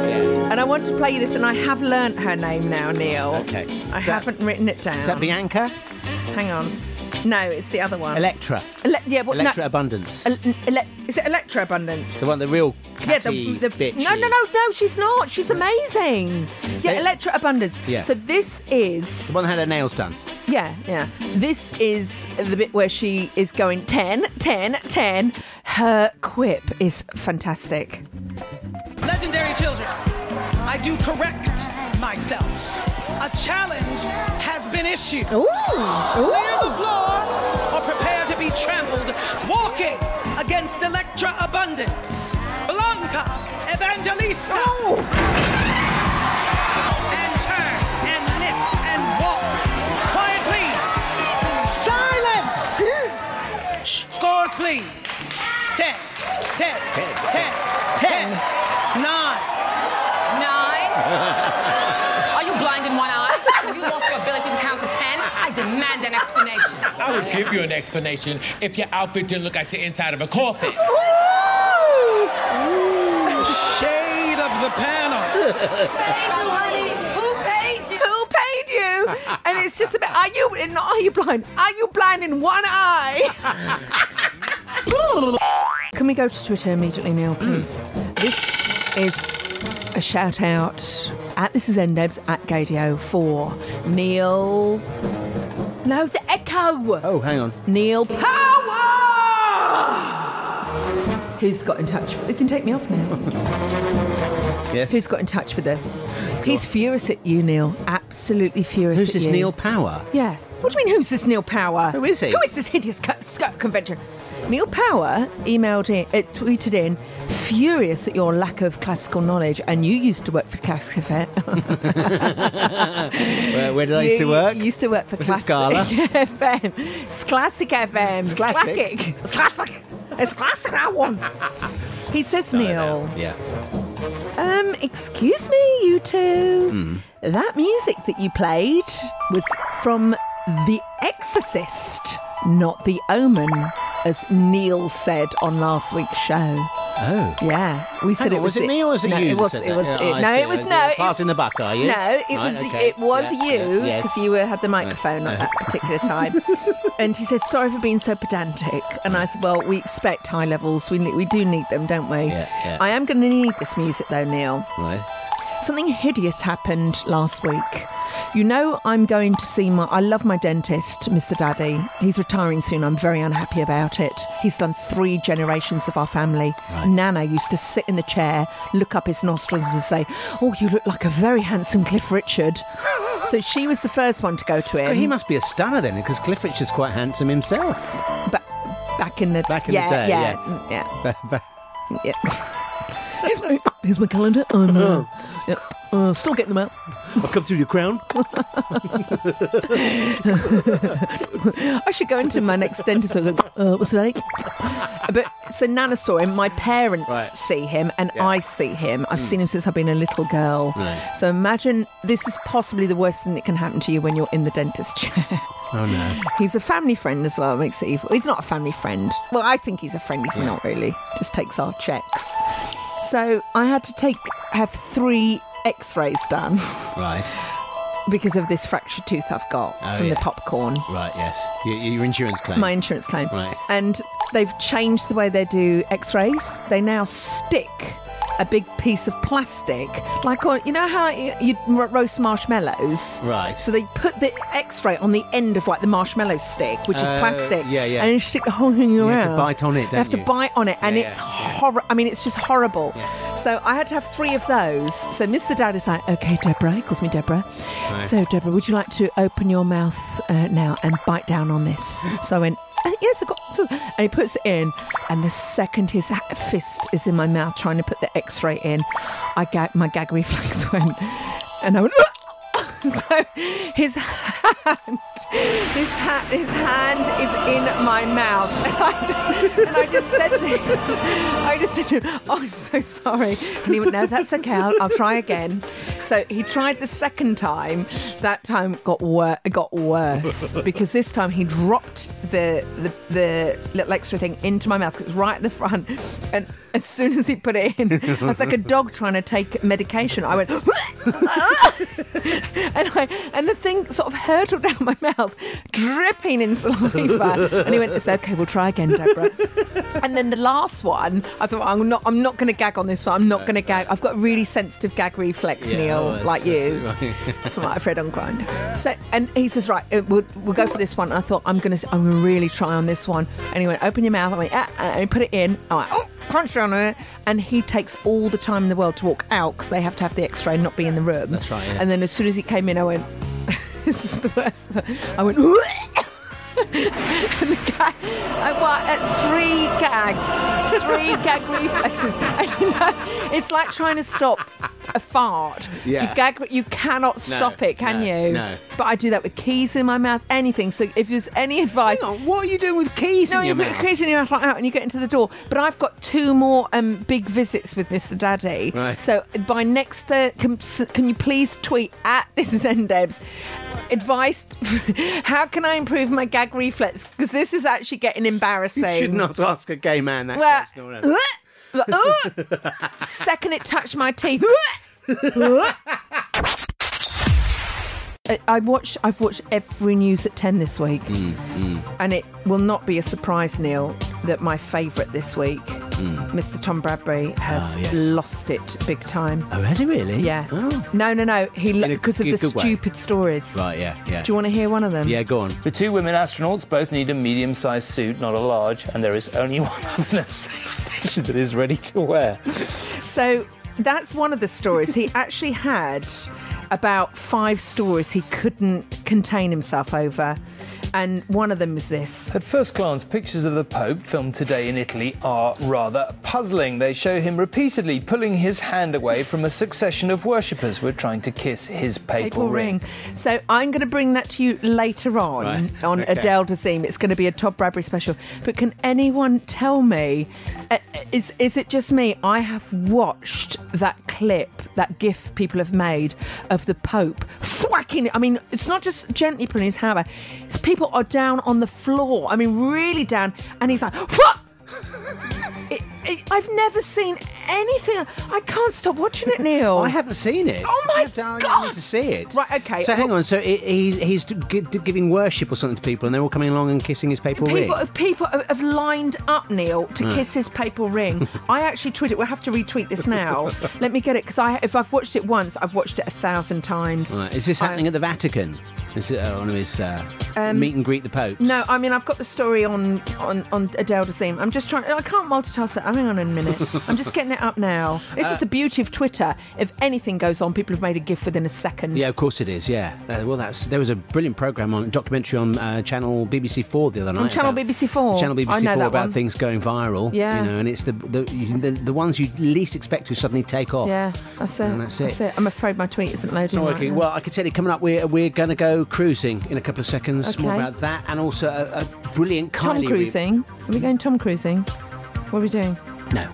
Speaker 5: And I want to play you this, and I have learnt her name now, Neil.
Speaker 4: Okay.
Speaker 5: I
Speaker 4: Is that-
Speaker 5: haven't written it down.
Speaker 4: Is that Bianca?
Speaker 5: Hang on. No, it's the other one.
Speaker 4: Electra.
Speaker 5: Ele- yeah, but
Speaker 4: Electra
Speaker 5: no.
Speaker 4: Abundance.
Speaker 5: Ele- ele- is it Electra Abundance?
Speaker 4: the one, the real
Speaker 5: Yeah,
Speaker 4: catchy
Speaker 5: the, the
Speaker 4: bitch.
Speaker 5: no, no, no, no. She's not. She's amazing. Yeah,
Speaker 4: They-
Speaker 5: Electra Abundance.
Speaker 4: Yeah.
Speaker 5: So this is
Speaker 4: The one that had her nails done.
Speaker 5: yeah, yeah. This is the bit where she is going 10, 10, 10. Her quip is fantastic.
Speaker 14: Legendary children, I do correct myself. A challenge has been issued.
Speaker 9: Ooh.
Speaker 14: Clear the floor or prepare to be trampled. Walking against Electra Abundance. Blanca Evangelista. And turn and lift and walk. Quiet, please. Silence. Scores, please. 10, 10, 10, 10, 9,
Speaker 8: Nine. Are you blind in one eye? Have you lost your ability to count to ten? I demand an explanation.
Speaker 15: I would give you an explanation if your outfit didn't look like the inside of a coffin.
Speaker 14: Shade of the panel.
Speaker 5: Who paid you? Who paid [laughs] you? And it's just about are you in are you blind? Are you blind in one eye? [laughs] Can we go to Twitter immediately, Neil, please? This is a shout out at this is Endebs at Gadio for Neil. No, the Echo.
Speaker 4: Oh, hang on.
Speaker 5: Neil Power. Who's got in touch? It can take me off [laughs] now.
Speaker 4: Yes.
Speaker 5: Who's got in touch with us? He's furious at you, Neil. Absolutely furious
Speaker 4: Who's
Speaker 5: at
Speaker 4: this
Speaker 5: you.
Speaker 4: Neil Power?
Speaker 5: Yeah. What do you mean, who's this Neil Power?
Speaker 4: Who is he?
Speaker 5: Who is this hideous cut skirt convention? Neil Power emailed in, uh, tweeted in, furious at your lack of classical knowledge, and you used to work for Classic
Speaker 4: [laughs] where, where did I used to
Speaker 5: You
Speaker 4: work?
Speaker 5: Used to work for
Speaker 4: Was it
Speaker 5: Classic [laughs]
Speaker 4: Scala?
Speaker 5: FM. It's Classic FM. It's
Speaker 4: classic.
Speaker 5: It's classic. It's classic. That one. He says, Neil.
Speaker 4: Oh, Yeah.
Speaker 5: Um, excuse me, you two.
Speaker 4: Hmm.
Speaker 5: That music that you played was from The Exorcist, not The Omen, as Neil said on last week's show.
Speaker 4: Oh.
Speaker 5: Yeah, we said
Speaker 4: Hang
Speaker 5: it
Speaker 4: on,
Speaker 5: was,
Speaker 4: it me or was it
Speaker 5: no,
Speaker 4: you?
Speaker 5: It
Speaker 4: that
Speaker 5: was.
Speaker 4: said
Speaker 5: It
Speaker 4: that?
Speaker 5: was.
Speaker 4: Yeah,
Speaker 5: it-
Speaker 4: I
Speaker 5: no,
Speaker 4: see.
Speaker 5: it was
Speaker 4: Uh,
Speaker 5: no. it-
Speaker 4: Passing the buck, are you?
Speaker 5: No, it
Speaker 4: Right,
Speaker 5: was.
Speaker 4: okay.
Speaker 5: It was
Speaker 4: Yeah,
Speaker 5: you
Speaker 4: yeah, yes.
Speaker 5: because you were, had the microphone at that
Speaker 4: [laughs]
Speaker 5: particular time, and he said, "Sorry for being so pedantic." And I said, "Well, we expect high levels. We ne- we do need them, don't we?"
Speaker 4: Yeah, yeah.
Speaker 5: I am going to need this music though, Neil.
Speaker 4: Right.
Speaker 5: Something hideous happened last week. You know, I'm going to see my. I love my dentist, Mr. Daddy. He's retiring soon. I'm very unhappy about it. He's done three generations of our family. Nana used to sit in the chair, look up his nostrils, and say, Oh, you look like a very handsome Cliff
Speaker 4: [laughs]
Speaker 5: Richard. So she was the first one to go to him.
Speaker 4: Oh, he must be a stunner then, because Cliff Richard's quite handsome himself. [laughs]
Speaker 5: back in the
Speaker 4: back in
Speaker 5: yeah,
Speaker 4: the day.
Speaker 5: yeah,
Speaker 4: Yeah.
Speaker 5: yeah.
Speaker 4: Ba-
Speaker 5: Yeah. here's, my, here's my calendar. Oh, no.
Speaker 4: Uh-huh.
Speaker 5: Yeah. Uh, still getting them out.
Speaker 4: ba- I've come through your crown.
Speaker 5: I should go into my next dentist. and go, Uh, what's the name? But so Nana saw him. My parents
Speaker 9: Right.
Speaker 5: see him, and I see him. I've
Speaker 4: Hmm.
Speaker 9: Mm.
Speaker 5: seen him since I've been a little girl.
Speaker 9: Right.
Speaker 5: So imagine this is possibly the worst thing that can happen to you when you're in the dentist chair.
Speaker 4: Oh no.
Speaker 5: [laughs] He's a family friend as well, makes it evil. He's not a family friend. Well, I think he's a friend, he's
Speaker 4: Yeah.
Speaker 5: not really. Just takes our checks. So I had to take have three x rays done [laughs]
Speaker 4: Right.
Speaker 5: because of this fractured tooth I've got
Speaker 4: Oh,
Speaker 5: from
Speaker 4: yeah.
Speaker 5: the popcorn.
Speaker 4: Right, yes. Your, your insurance claim.
Speaker 5: My insurance claim.
Speaker 4: Right.
Speaker 5: And they've changed the way they do x rays. They now stick a big piece of plastic, like on, you know how you, you ro- roast marshmallows?
Speaker 4: Right.
Speaker 5: So they put the x ray on the end of like the marshmallow stick, which is
Speaker 4: Uh,
Speaker 5: plastic.
Speaker 4: yeah, yeah.
Speaker 5: And you stick the whole thing
Speaker 4: You
Speaker 5: around.
Speaker 4: have to bite on it,
Speaker 5: You have
Speaker 4: don't
Speaker 5: to
Speaker 4: you?
Speaker 5: bite on it, and
Speaker 4: Yeah,
Speaker 5: it's
Speaker 4: yeah,
Speaker 5: horrible. I mean, it's just horrible. So I had to have three of those. So Mr. Dad is like, okay, Deborah, he calls me Deborah.
Speaker 9: Right.
Speaker 5: So, Deborah, would you like to open your mouth uh, now and bite down on this? So I went, "Uh, yes, I got. so-" And he puts it in, and the second his ha- fist is in my mouth trying to put the x ray in, I gag, my gag reflex [laughs] went, and I went, [laughs] "Ugh!" so his [laughs] hand, this ha- his hand is in my mouth, [laughs] and I just and I just said to him, I just said to him, oh, I'm so sorry, and he went, no, that's okay, I'll, I'll try again. So he tried the second time. That time got wor- got worse because this time he dropped the the, the little extra thing into my mouth. 'cause It was right at the front, and as soon as he put it in, I was like a dog trying to take medication. I went. [laughs] and I and the thing sort of hurtled down my mouth, dripping in saliva. and he went, "It's okay, we'll try again, Deborah." and then the last one, I thought, "I'm not, I'm not going to gag on this one. I'm not going to gag. I've got a really sensitive gag reflex, Neil, like you." From what I've read on Grind. So, and he says, right, uh, we'll, we'll go for this one. And I thought, I'm gonna, I'm gonna really try on this one. And he went, open your mouth. I went, ah, ah, and he put it in. I went, oh, crunch on it. And he takes all the time in the world to walk out because they have to have the X-ray and not be in the room.
Speaker 4: That's right, yeah.
Speaker 5: And then as soon as he came in, I went, [laughs] "This is the worst." I went. [laughs] and the guy, I, well, that's three
Speaker 4: [laughs]
Speaker 5: gags, three gag reflexes. And you know, it's like trying to stop a fart.
Speaker 4: Yeah.
Speaker 5: You gag, you cannot stop it, can
Speaker 4: no,
Speaker 5: you?
Speaker 4: no.
Speaker 5: But I do that with keys in my mouth, anything. So if there's any advice,
Speaker 4: what are you doing with keys
Speaker 5: no,
Speaker 4: in your
Speaker 5: you put
Speaker 4: mouth?
Speaker 5: keys in your mouth like that, and you get into the door. But I've got two more um, big visits with Mr. Daddy.
Speaker 4: Right.
Speaker 5: So by next, th- can, s- can you please tweet at [laughs] this is Ndebs advice? [laughs] how can I improve my gag reflex? Because this is actually getting embarrassing.
Speaker 4: You should not ask a gay man that
Speaker 5: Well,
Speaker 4: question. or whatever.
Speaker 5: Like, "Ugh!" [laughs] Second, it touched my teeth. I- I watch. I've watched every news at ten this week,
Speaker 4: Mm,
Speaker 5: and it will not be a surprise, Neil, that my favourite this week, Mr. Tom Bradbury, has
Speaker 4: Mm. Ah, yes.
Speaker 5: lost it big time.
Speaker 4: Oh, has he really?
Speaker 5: Yeah. No, no, no. He because of
Speaker 4: good-
Speaker 5: the
Speaker 4: good way.
Speaker 5: stupid stories.
Speaker 4: Right, yeah, yeah.
Speaker 5: Do you want to hear one of them?
Speaker 4: Yeah, go on.
Speaker 9: The two women astronauts both need a medium sized suit, not a large, and there is only [laughs] one other in the space station that is ready to wear.
Speaker 5: So that's one of the stories. He actually had about five stories he couldn't contain himself over. And one of them was this.
Speaker 9: At first glance, pictures of the Pope filmed today in Italy are rather puzzling. They show him repeatedly pulling his hand away from a succession of worshippers who are trying to kiss his papal,
Speaker 5: Papal
Speaker 9: ring.
Speaker 5: ring. So I'm going to bring that to you later on
Speaker 9: Right,
Speaker 5: on
Speaker 9: okay.
Speaker 5: Adele Dazeem. It's going to be a Todd Bradbury special. But can anyone tell me? Uh, is is it just me? I have watched that clip, that GIF people have made of the Pope thwacking. I mean, it's not just gently pulling his hammer. It's people are down on the floor. I mean, really down, and he's like, "Fuck!" [laughs] It- it- I've never seen anything. I can't stop watching it, Neil.
Speaker 4: I haven't seen it.
Speaker 5: Oh my
Speaker 4: god! I need to see it.
Speaker 5: Right. Okay. oh.
Speaker 4: So hang on. So he, he, he's gi- giving worship or something to people, and they're all coming along and kissing his papal ring. Mm.
Speaker 5: People, people have lined up Neil to
Speaker 4: Right.
Speaker 5: kiss his
Speaker 4: [laughs]
Speaker 5: papal ring. I actually tweeted. We'll have to retweet this now. Let me get it because I, if I've watched it once, I've watched it a thousand times.
Speaker 4: Right. Is this
Speaker 5: I-
Speaker 4: happening at the Vatican? Is it uh, one of his uh,
Speaker 5: Um,
Speaker 4: meet and greet the Pope?
Speaker 5: No, I mean I've got the story on on on Adele Dazeem. I'm just trying. I can't multitask it. Hang on
Speaker 4: [laughs]
Speaker 5: a minute. I'm just getting it up now. This
Speaker 4: Uh,
Speaker 5: is the beauty of Twitter. If anything goes on, people have made a gif within a second.
Speaker 4: Yeah, of course it is. Yeah. Uh, well, that's there was a brilliant program on documentary on uh, channel BBC Four the other night.
Speaker 5: On channel
Speaker 4: about-
Speaker 5: BBC Four.
Speaker 4: Channel BBC
Speaker 5: I know
Speaker 4: Four
Speaker 5: that
Speaker 4: about
Speaker 5: one.
Speaker 4: things going viral.
Speaker 5: Yeah.
Speaker 4: You know, and it's the the, you, the the ones you least expect to suddenly take off.
Speaker 5: Yeah, that's it.
Speaker 4: And that's it.
Speaker 5: I'm afraid my tweet isn't
Speaker 4: It's
Speaker 5: loading.
Speaker 4: not
Speaker 5: right
Speaker 4: working.
Speaker 5: now.
Speaker 4: Well, I can tell you, coming up, we're, we're going to go cruising in a couple of seconds. More
Speaker 5: Okay.
Speaker 4: about that, and also a, a brilliant Kylie.
Speaker 5: Tom
Speaker 4: re-
Speaker 5: cruising. Are we going Tom cruising? What are we doing?
Speaker 4: No.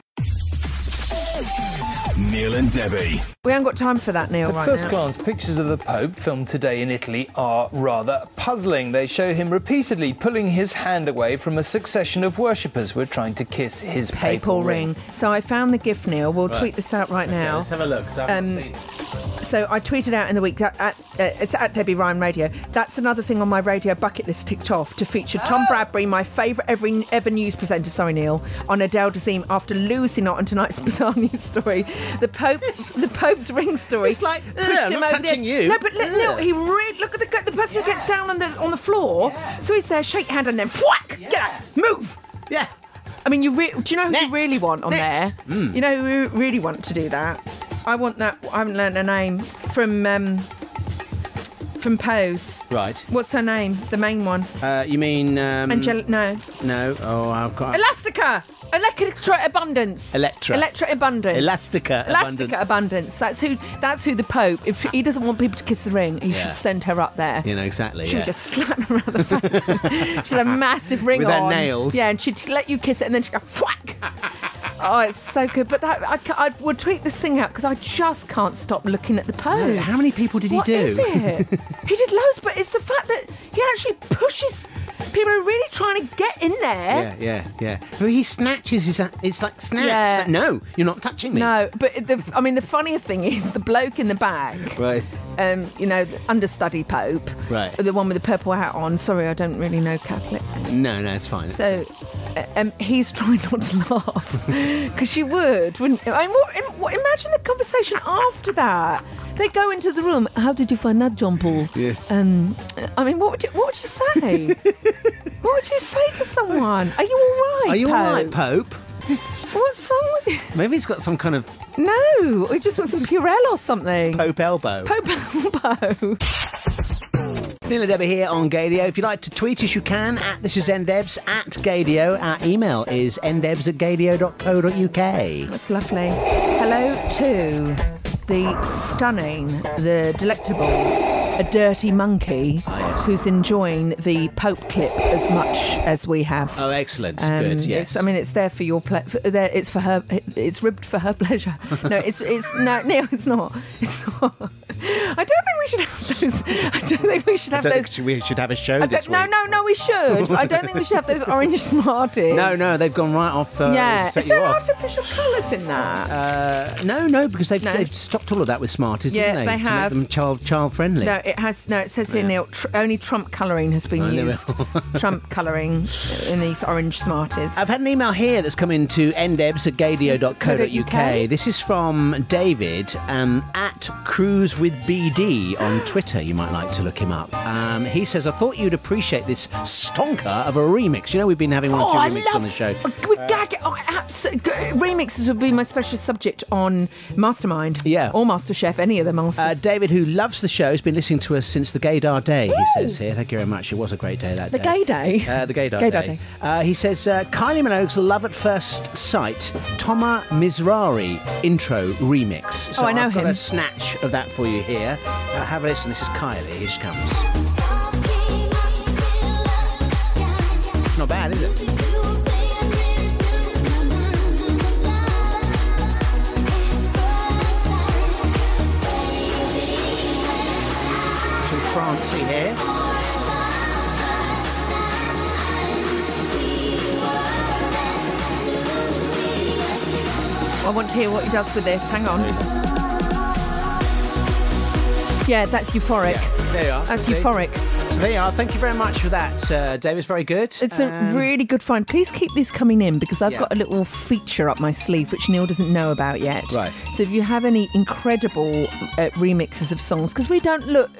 Speaker 16: Neil and Debbie.
Speaker 5: We haven't got time for that, Neil.
Speaker 9: At
Speaker 5: right
Speaker 9: first
Speaker 5: now.
Speaker 9: glance, pictures of the Pope filmed today in Italy are rather puzzling. They show him repeatedly pulling his hand away from a succession of worshippers who are trying to kiss his
Speaker 5: Papal ring. So I found the GIF, Neil. We'll
Speaker 9: Right.
Speaker 5: tweet this out right
Speaker 9: Okay,
Speaker 5: now. Um,
Speaker 9: let's have a look, 'cause I haven't seen
Speaker 5: So I tweeted out in the week that at, uh, it's at Debbie Ryan Radio. That's another thing on my radio bucket list ticked off to feature Tom
Speaker 4: Oh.
Speaker 5: Bradbury, my favourite ever, ever news presenter. Sorry, Neil, on Adele Dazeem after losing out on tonight's [laughs] bizarre news story. The Pope,
Speaker 4: [laughs]
Speaker 5: the Pope's ring story.
Speaker 4: It's like,
Speaker 5: pushed
Speaker 4: "Ugh, I'm
Speaker 5: him
Speaker 4: not
Speaker 5: over the
Speaker 4: touching
Speaker 5: edge."
Speaker 4: you.
Speaker 5: No, but look, Neil,
Speaker 4: Ugh.
Speaker 5: he really look at the guy- the person who gets down on the on the floor. So he's there, shake hand, and then whack, get out, move.
Speaker 4: Yeah.
Speaker 5: I mean, you re- do you know who you really want on there?
Speaker 4: Mm.
Speaker 5: You know who really want to do that? I want that. I haven't learnt her name from um, from Pose.
Speaker 4: Right.
Speaker 5: What's her name? The main one.
Speaker 4: Uh, you mean um,
Speaker 5: Angel- no.
Speaker 4: No. Oh, I've got
Speaker 5: Elastica. Electra Abundance.
Speaker 4: Electra.
Speaker 5: Electra Abundance.
Speaker 4: Elastica
Speaker 5: Elastica
Speaker 4: Abundance.
Speaker 5: Abundance. That's who. That's who the Pope. If he doesn't want people to kiss the ring, he
Speaker 4: Yeah.
Speaker 5: should send her up there.
Speaker 4: You know exactly.
Speaker 5: She
Speaker 4: yeah.
Speaker 5: would just slap her around
Speaker 4: [laughs]
Speaker 5: the face. She'd have a massive ring
Speaker 4: With her
Speaker 5: on.
Speaker 4: nails.
Speaker 5: Yeah, and she'd let you kiss it, and then she'd go, whack. oh, it's so good. But that I, ca- I would tweet this thing out because I just can't stop looking at the pose.
Speaker 4: No, how many people did he
Speaker 5: What
Speaker 4: do?
Speaker 5: is
Speaker 4: [laughs]
Speaker 5: it? he did loads, but it's the fact that he actually pushes. People are really trying to get in
Speaker 4: Yeah,
Speaker 5: there.
Speaker 4: yeah, yeah. But he snatches his. It's like snatch.
Speaker 5: Yeah.
Speaker 4: It's like, no, you're not touching me.
Speaker 5: No, but the, I mean, the funnier thing is the bloke in the bag.
Speaker 4: Right.
Speaker 5: Um, you know, the understudy Pope,
Speaker 4: Right.
Speaker 5: the one with the purple hat on. Sorry, I don't really know Catholic.
Speaker 4: No, no, it's fine.
Speaker 5: So uh, um, he's [laughs] trying not to laugh [laughs] because you would, wouldn't you? I mean, what, im- what- imagine the conversation after that. They go into the room. How did you find that, John Paul?
Speaker 4: Yeah.
Speaker 5: Um, I mean, what would you, what
Speaker 4: [laughs]
Speaker 5: would you say? what would you say to someone? Are you all right?
Speaker 4: Are you
Speaker 5: Pope?
Speaker 4: all right, Pope?
Speaker 5: What's wrong with you?
Speaker 4: Maybe he's got some kind of
Speaker 5: No, we just want some Purell or something.
Speaker 4: Pope elbow.
Speaker 5: [laughs] Pope elbow.
Speaker 4: Neil and Debbie here on Gadio. If you'd like to tweet us, you can at this is ndebs at Gadio. Our email is ndebs at gadio.co.uk.
Speaker 5: That's lovely. Hello to the stunning, the delectable, a dirty monkey
Speaker 4: Ah,
Speaker 5: who's enjoying the Pope clip as much as we have.
Speaker 4: Oh, excellent.
Speaker 5: Um,
Speaker 4: Good,
Speaker 5: it's-
Speaker 4: yes.
Speaker 5: I mean, it's there for your ple- for, there, It's for her. It's ribbed for
Speaker 4: [laughs]
Speaker 5: her pleasure. No, it's it's no, Neil. It's not. It's not. I don't think we should have those. I don't think we should
Speaker 4: I
Speaker 5: have
Speaker 4: don't
Speaker 5: those.
Speaker 4: think we should have a show
Speaker 5: I
Speaker 4: this
Speaker 5: don't,
Speaker 4: week.
Speaker 5: no, no, no. We should. I don't think we should have
Speaker 4: [laughs]
Speaker 5: those orange Smarties.
Speaker 4: No, no, they've gone right off. Uh,
Speaker 5: yeah.
Speaker 4: set
Speaker 5: Is there
Speaker 4: you off.
Speaker 5: artificial colours in that?
Speaker 4: Uh, no, no, because they've, they've stopped all of that with Smarties,
Speaker 5: Yeah,
Speaker 4: didn't they?
Speaker 5: they have.
Speaker 4: To make them child child friendly.
Speaker 5: No, it has. No, it says here Neil. Tr- only Trump colouring has been
Speaker 4: Oh, there we
Speaker 5: used.
Speaker 4: [laughs]
Speaker 5: Trump colouring in these orange Smarties.
Speaker 4: I've had an email here that's come in to ndebs at gadio.co.uk.
Speaker 5: .co.uk.
Speaker 4: This is from David um, at Cruise with BD on Twitter. You might like to look him up. Um, he says, I thought you'd appreciate this stonker of a remix. You know, we've been having one or
Speaker 5: Oh,
Speaker 4: two
Speaker 5: I
Speaker 4: remixes
Speaker 5: love-
Speaker 4: on the show. Uh,
Speaker 5: Can we gag it? Oh, abso- g- remixes would be my special subject on Mastermind. Yeah. Or MasterChef, any of the masters.
Speaker 4: Uh, David, who loves the show, has been listening to us since the Gaydar Day, he says here. Thank you very much. It was a great day that
Speaker 5: The
Speaker 4: day.
Speaker 5: gay day?
Speaker 4: Uh, the Gaydar,
Speaker 5: Gaydar
Speaker 4: Day.
Speaker 5: Day.
Speaker 4: Uh, he says uh, Kylie Minogue's Love at First Sight, Toma Mizrari intro remix. So
Speaker 5: Oh, I know
Speaker 4: have got
Speaker 5: him.
Speaker 4: a snatch of that for you here. Uh, have a listen. This is Kylie. Here she comes. It's Not bad, is it? Some trancey here.
Speaker 5: I want to hear what he does with this. Hang on. Yeah, that's euphoric.
Speaker 4: There you are.
Speaker 5: That's
Speaker 4: See?
Speaker 5: euphoric.
Speaker 4: So there you are. Thank you very much for that, uh, David. It's very good.
Speaker 5: It's a
Speaker 4: Um,
Speaker 5: really good find. Please keep these coming in because I've
Speaker 4: Yeah.
Speaker 5: got a little feature up my sleeve which Neil doesn't know about yet.
Speaker 4: Right.
Speaker 5: So if you have any incredible uh, remixes of songs, because we don't look,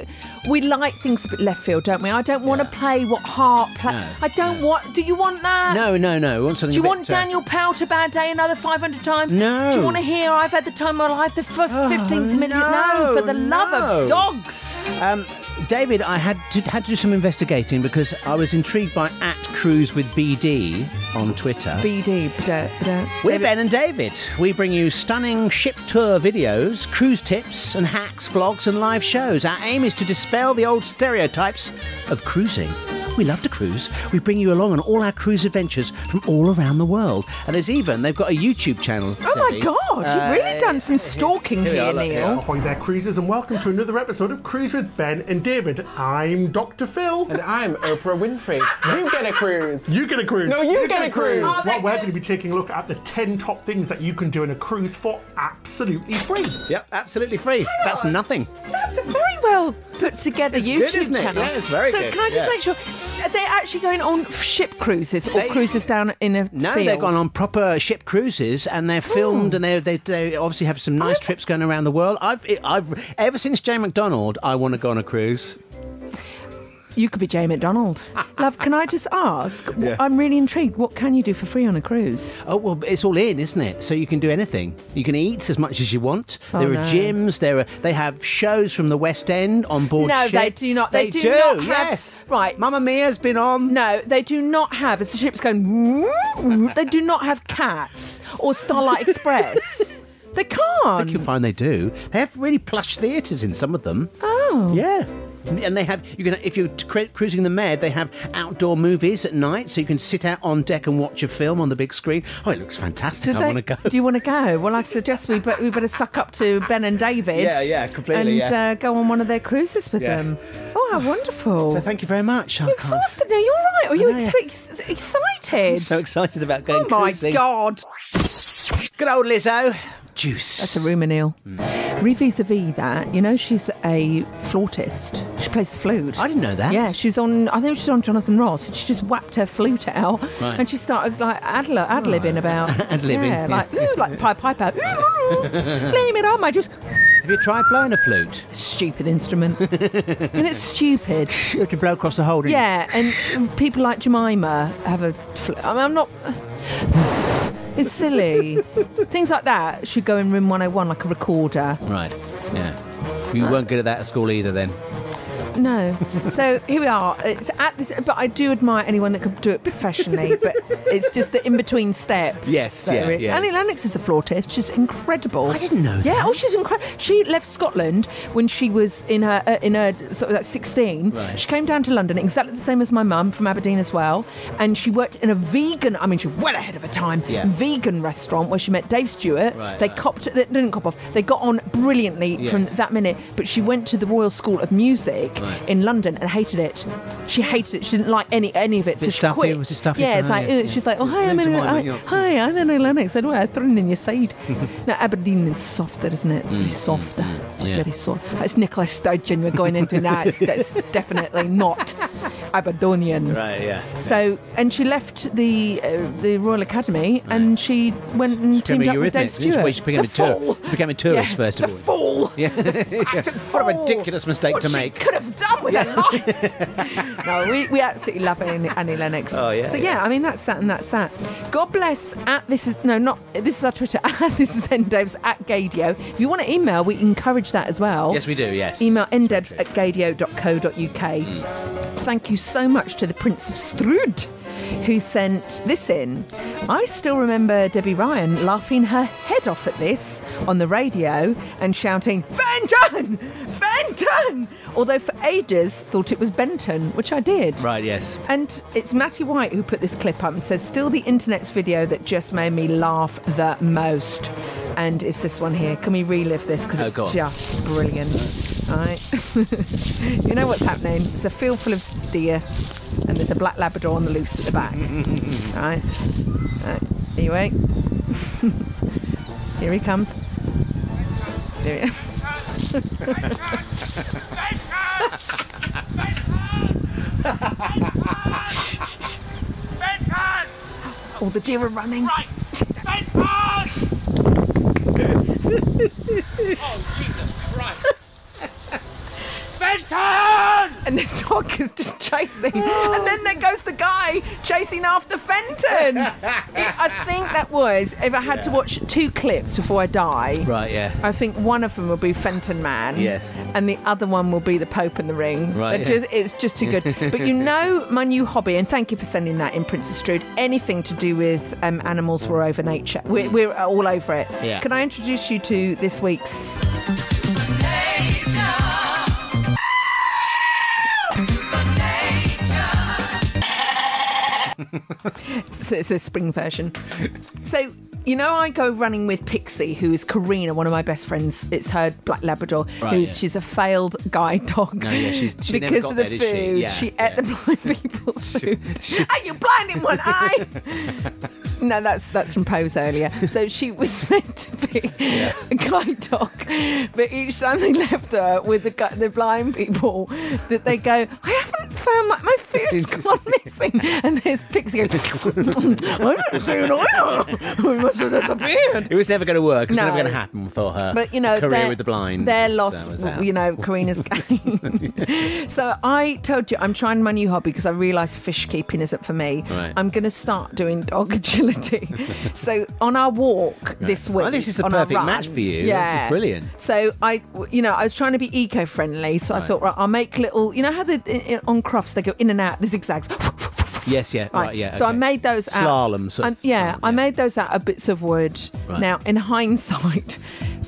Speaker 5: we like things a bit left field, don't we? I don't want to play what Hart play.
Speaker 4: No,
Speaker 5: I don't want. Do you want that?
Speaker 4: No, no, no. We want something
Speaker 5: Do you
Speaker 4: a bit,
Speaker 5: want
Speaker 4: uh,
Speaker 5: Daniel Powell to Bad Day another 500 times?
Speaker 4: No. Oh,
Speaker 5: Do you want to hear I've had the time of my life the f- 15th minute? No, for the love
Speaker 4: no.
Speaker 5: of dogs.
Speaker 4: Um, David, I had to, had to do some investigating because I was intrigued by at cruise with BD on Twitter.
Speaker 5: BD, bda, bda.
Speaker 4: We're Ben and David. We bring you stunning ship tour videos, cruise tips and hacks, vlogs and live shows. Our aim is to dispel the old stereotypes of cruising. We love to cruise. We bring you along on all our cruise adventures from all around the world. And there's even, they've got a YouTube channel.
Speaker 5: Oh my
Speaker 4: Debbie.
Speaker 5: God,
Speaker 4: Uh,
Speaker 5: you've really done some stalking
Speaker 4: here we
Speaker 5: here,
Speaker 4: are, look,
Speaker 5: Neil.
Speaker 4: here we are.
Speaker 16: Hi there, cruisers, and welcome to another episode of Cruise with Ben and David. I'm Dr. Phil. And I'm Oprah Winfrey. You get a cruise. You get a cruise.
Speaker 14: No, you get a cruise. Oh,
Speaker 16: well, we're going to be taking a look at the 10 top things that you can do in a cruise for absolutely free.
Speaker 4: Yep, absolutely free. That's nothing.
Speaker 5: That's a very well put together
Speaker 4: It's
Speaker 5: YouTube
Speaker 4: good, isn't it?
Speaker 5: channel.
Speaker 4: Yeah, it's very
Speaker 5: so
Speaker 4: good,
Speaker 5: can I just
Speaker 4: yeah.
Speaker 5: make sure are they actually going on f- ship cruises or
Speaker 4: They-
Speaker 5: cruises down in a
Speaker 4: No,
Speaker 5: field? Hmm.
Speaker 4: they've gone on proper ship cruises and they're filmed and they, they they obviously have some
Speaker 5: Oh.
Speaker 4: nice trips going around the world. I've I've ever since Jay McDonald, I want to go on a cruise.
Speaker 5: You could be Jay
Speaker 4: [laughs]
Speaker 5: McDonald. Love, can I just ask?
Speaker 4: Yeah.
Speaker 5: I'm really intrigued. What can you do for free on a cruise?
Speaker 4: Oh well, it's all in, isn't it? So you can do anything. You can eat as much as you want.
Speaker 5: Oh,
Speaker 4: there are
Speaker 5: no.
Speaker 4: gyms. There are they have shows from the West End on board.
Speaker 5: no,
Speaker 4: ship.
Speaker 5: they do not. They, do, not have.
Speaker 4: yes.
Speaker 5: Right.
Speaker 4: Mamma Mia's been on.
Speaker 5: No, they do not have. As the ship's going, [laughs] they do not have cats or Starlight Express. They
Speaker 4: I
Speaker 5: can't.
Speaker 4: think you'll find they do. They have really plush theatres in some of them.
Speaker 5: Oh.
Speaker 4: Yeah. And they have you can if you're cru- cruising the Med, they have outdoor movies at night, so you can sit out on deck and watch a film on the big screen. Oh, it looks fantastic. I
Speaker 5: they-
Speaker 4: want to go.
Speaker 5: Do you want to go? Well, I suggest we, bet we better suck up to Ben and David.
Speaker 4: Yeah, yeah, completely,
Speaker 5: And
Speaker 4: yeah.
Speaker 5: uh, go on one of their cruises with
Speaker 4: Yeah.
Speaker 5: them. Oh, how wonderful!
Speaker 4: So thank you very much. Oh, I
Speaker 5: You're
Speaker 4: can't-
Speaker 5: exhausted now. You're right. Are you
Speaker 4: know, yeah.
Speaker 5: ex- ex- excited?
Speaker 4: I'm so excited about going
Speaker 5: oh my
Speaker 4: cruising.
Speaker 5: god!
Speaker 4: Good old Lizzo. Juice.
Speaker 5: That's a rumour, Neil.
Speaker 4: Hmm.
Speaker 5: Re vis a vis that, you know, she's a flautist. She plays the flute. I
Speaker 4: didn't know that.
Speaker 5: Yeah, she was on, I think she was on Jonathan Ross, and she just whacked her flute out
Speaker 4: Right.
Speaker 5: and she started like ad libbing
Speaker 4: [laughs]
Speaker 5: about.
Speaker 4: Ad-libbing, yeah.
Speaker 5: Yeah, like, ooh, like Pied
Speaker 4: [laughs]
Speaker 5: Piper. Blame it on my just.
Speaker 4: Have you tried blowing a flute?
Speaker 5: Stupid instrument. and it's stupid.
Speaker 4: You have to blow across the hole. don't you?
Speaker 5: Yeah, and people like Jemima have a. Fl- I mean, I'm not. [sighs]
Speaker 4: [laughs]
Speaker 5: It's silly. Things like that should go in room 101 like a recorder.
Speaker 4: Right. Yeah. You weren't good at that at school either then.
Speaker 5: No. So here we are. It's at this, but I do admire anyone that could do it professionally. but it's just the in-between steps.
Speaker 4: Yes,
Speaker 5: that
Speaker 4: yeah,
Speaker 5: are it.
Speaker 4: yeah.
Speaker 5: Annie Lennox is a flautist. She's incredible. I
Speaker 4: didn't know.
Speaker 5: Yeah. Oh, she's incredible. She left Scotland when she was in her uh, in her sort of like sixteen.
Speaker 17: Right.
Speaker 5: She came down to London exactly the same as my mum from Aberdeen as well, and she worked in a vegan. I mean, she was well ahead of her time.
Speaker 17: Yeah.
Speaker 5: Vegan restaurant where she met Dave Stewart.
Speaker 17: Right,
Speaker 5: they
Speaker 17: right.
Speaker 5: copped. They didn't cop off. They got on brilliantly
Speaker 17: Yeah.
Speaker 5: from that minute. But she went to the Royal School of Music
Speaker 17: Right.
Speaker 5: in London and hated it. She hated it. She didn't like any any of it. so
Speaker 4: Bit
Speaker 5: she
Speaker 4: stuffy?
Speaker 5: quit.
Speaker 4: Was it stuffy
Speaker 5: Yeah,
Speaker 4: for
Speaker 5: it's
Speaker 4: her?
Speaker 5: like
Speaker 4: Yeah,
Speaker 5: "Ugh," she's like, oh hi,
Speaker 4: Yeah,
Speaker 5: I'm in,
Speaker 4: it's mine,
Speaker 5: I,
Speaker 4: you're-
Speaker 5: hi, I'm in Lennox. I don't have thrown in
Speaker 4: [laughs]
Speaker 5: your side. now Aberdeen is softer, isn't it? It's
Speaker 4: Mm,
Speaker 5: very softer. It's
Speaker 17: yeah.
Speaker 5: very soft. It's Nicola Sturgeon. We're going into that.
Speaker 4: [laughs]
Speaker 5: It's, it's definitely not Aberdonian.
Speaker 4: Right, yeah.
Speaker 5: So, and she left the uh, the Royal Academy, and she went and
Speaker 4: Became
Speaker 5: teamed
Speaker 4: a
Speaker 5: up with Dave
Speaker 4: Eurythmics. She-
Speaker 5: Stewart.
Speaker 4: well, she became
Speaker 5: The
Speaker 4: a tour-
Speaker 5: fool!
Speaker 4: she became a tourist
Speaker 5: Yeah,
Speaker 4: first
Speaker 5: the
Speaker 4: of all.
Speaker 5: fool.
Speaker 4: [laughs] Yeah. what a ridiculous mistake
Speaker 5: What
Speaker 4: to
Speaker 5: she
Speaker 4: make.
Speaker 5: could have done with her
Speaker 4: [laughs]
Speaker 5: life. no, we, we absolutely love Annie, Annie Lennox.
Speaker 4: Oh, yeah,
Speaker 5: So yeah,
Speaker 4: yeah.
Speaker 5: I mean that's that and that's that. God bless at this is no not this is our Twitter [laughs] at this is Endebs at Gadio. If you want to email, we encourage that as well.
Speaker 4: Yes, we do, yes.
Speaker 5: Email endebs at gadio.co.uk. Thank you so much to the Prince of Strood who sent this in. I still remember Debbie Ryan laughing her head off at this on the radio and shouting, Fenton! Fenton! Although for ages thought it was Benton, which I did.
Speaker 4: Right, yes.
Speaker 5: And it's Matty White who put this clip up and says, Still the internet's video that just made me laugh the most. And it's this one here. Can we relive this? Because
Speaker 17: Oh,
Speaker 5: it's
Speaker 17: go on.
Speaker 5: just brilliant. All right. [laughs] you know what's happening. It's a field full of deer, and there's a black Labrador on the loose at
Speaker 17: [laughs]
Speaker 5: the back. All right. All right. Anyway, [laughs] here he comes. Here he [laughs]
Speaker 16: [laughs]
Speaker 5: All the deer are running. Right.
Speaker 17: oh, Jesus Christ.
Speaker 5: Fenton! And the dog is just chasing.
Speaker 4: Oh.
Speaker 5: And then there goes the guy chasing
Speaker 4: [laughs]
Speaker 5: after Fenton. It- I think that was, if I had to watch two clips before I die.
Speaker 4: Right, yeah.
Speaker 5: I think one of them will be Fenton Man.
Speaker 4: Yes.
Speaker 5: And the other one will be the Pope in the Ring.
Speaker 4: Right,
Speaker 5: It
Speaker 4: yeah.
Speaker 5: just- it's just too good.
Speaker 4: [laughs]
Speaker 5: but you know, my new hobby, and thank you for sending that in, Prince of Strood, anything to do with um, animals, we're over nature. We're, we're all over it.
Speaker 17: Yeah.
Speaker 5: Can I introduce you to this week's. it's, it's a spring version. So, you know, I go running with Pixie, who is Karina, one of my best friends. It's her black Labrador.
Speaker 17: Right,
Speaker 5: who,
Speaker 17: yeah.
Speaker 5: She's a failed guide dog.
Speaker 17: No, yeah, she's- she never
Speaker 5: because
Speaker 17: got
Speaker 5: of the
Speaker 17: there, did she?
Speaker 5: food.
Speaker 17: Yeah,
Speaker 5: ate the blind [laughs] people's
Speaker 17: [laughs]
Speaker 5: food. Are you blind in one eye? no, that's that's from Pose earlier. So she was [laughs] meant to be a guide dog, but each time they left her with the gu- the blind people, that they go, I haven't found my, my food's gone missing, and there's Pixie. Going, [laughs] I'm not saying either. We must have disappeared.
Speaker 4: It was never going to work. It was
Speaker 5: No.
Speaker 4: never going to happen for her.
Speaker 5: But you know,
Speaker 4: career
Speaker 5: their-
Speaker 4: with uh, the blind.
Speaker 5: Their
Speaker 4: So
Speaker 5: loss,
Speaker 4: was
Speaker 5: w-
Speaker 4: out.
Speaker 5: you know,
Speaker 4: [laughs]
Speaker 5: Karina's game. [laughs] so I told you I'm trying my new hobby because I realise fish keeping isn't for me.
Speaker 17: Right.
Speaker 5: I'm going to start doing dog [laughs] agility. so on our walk this week,
Speaker 4: Oh, this is a
Speaker 5: on our
Speaker 4: perfect
Speaker 5: run-
Speaker 4: match for you. This is
Speaker 5: Yeah,
Speaker 4: brilliant.
Speaker 5: So I, w- you know, I was trying to be eco-friendly, so I
Speaker 4: Right.
Speaker 5: thought, right, I'll make little. You know how the i- i- on crofts they go in and out, the zigzags. [laughs]
Speaker 4: Yes, yeah, right, yeah.
Speaker 5: So I
Speaker 4: okay.
Speaker 5: made those out.
Speaker 4: Slalom sort
Speaker 5: Um,
Speaker 4: of
Speaker 5: yeah, I made those out of bits of wood.
Speaker 4: Right.
Speaker 5: Now,
Speaker 4: [laughs]
Speaker 5: in hindsight,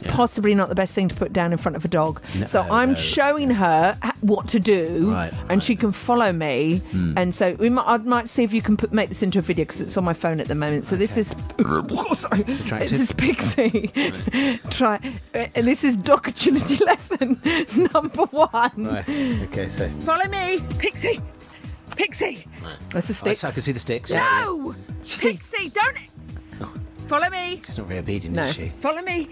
Speaker 5: possibly not the best thing to put down in front of a dog.
Speaker 17: No,
Speaker 5: so I'm
Speaker 17: no,
Speaker 5: showing her h- what to do,
Speaker 17: Right,
Speaker 5: and she can follow me.
Speaker 17: Hmm.
Speaker 5: And so we might, I might see if you can put, make this into a video because it's on my phone at the moment. So this is. [laughs] oh, Sorry.
Speaker 17: attractive.
Speaker 5: This is Pixie.
Speaker 4: [laughs]
Speaker 5: [laughs] Try, uh, and this is dog agility [laughs] lesson number one.
Speaker 4: Right. Okay, so.
Speaker 5: Follow me, Pixie. Pixie. That's the
Speaker 4: Oh,
Speaker 5: sticks.
Speaker 4: so I can see the sticks. yeah, yeah.
Speaker 5: No, Pixie, don't. Follow me.
Speaker 4: She's not very obedient,
Speaker 5: No.
Speaker 4: is she?
Speaker 5: Follow me.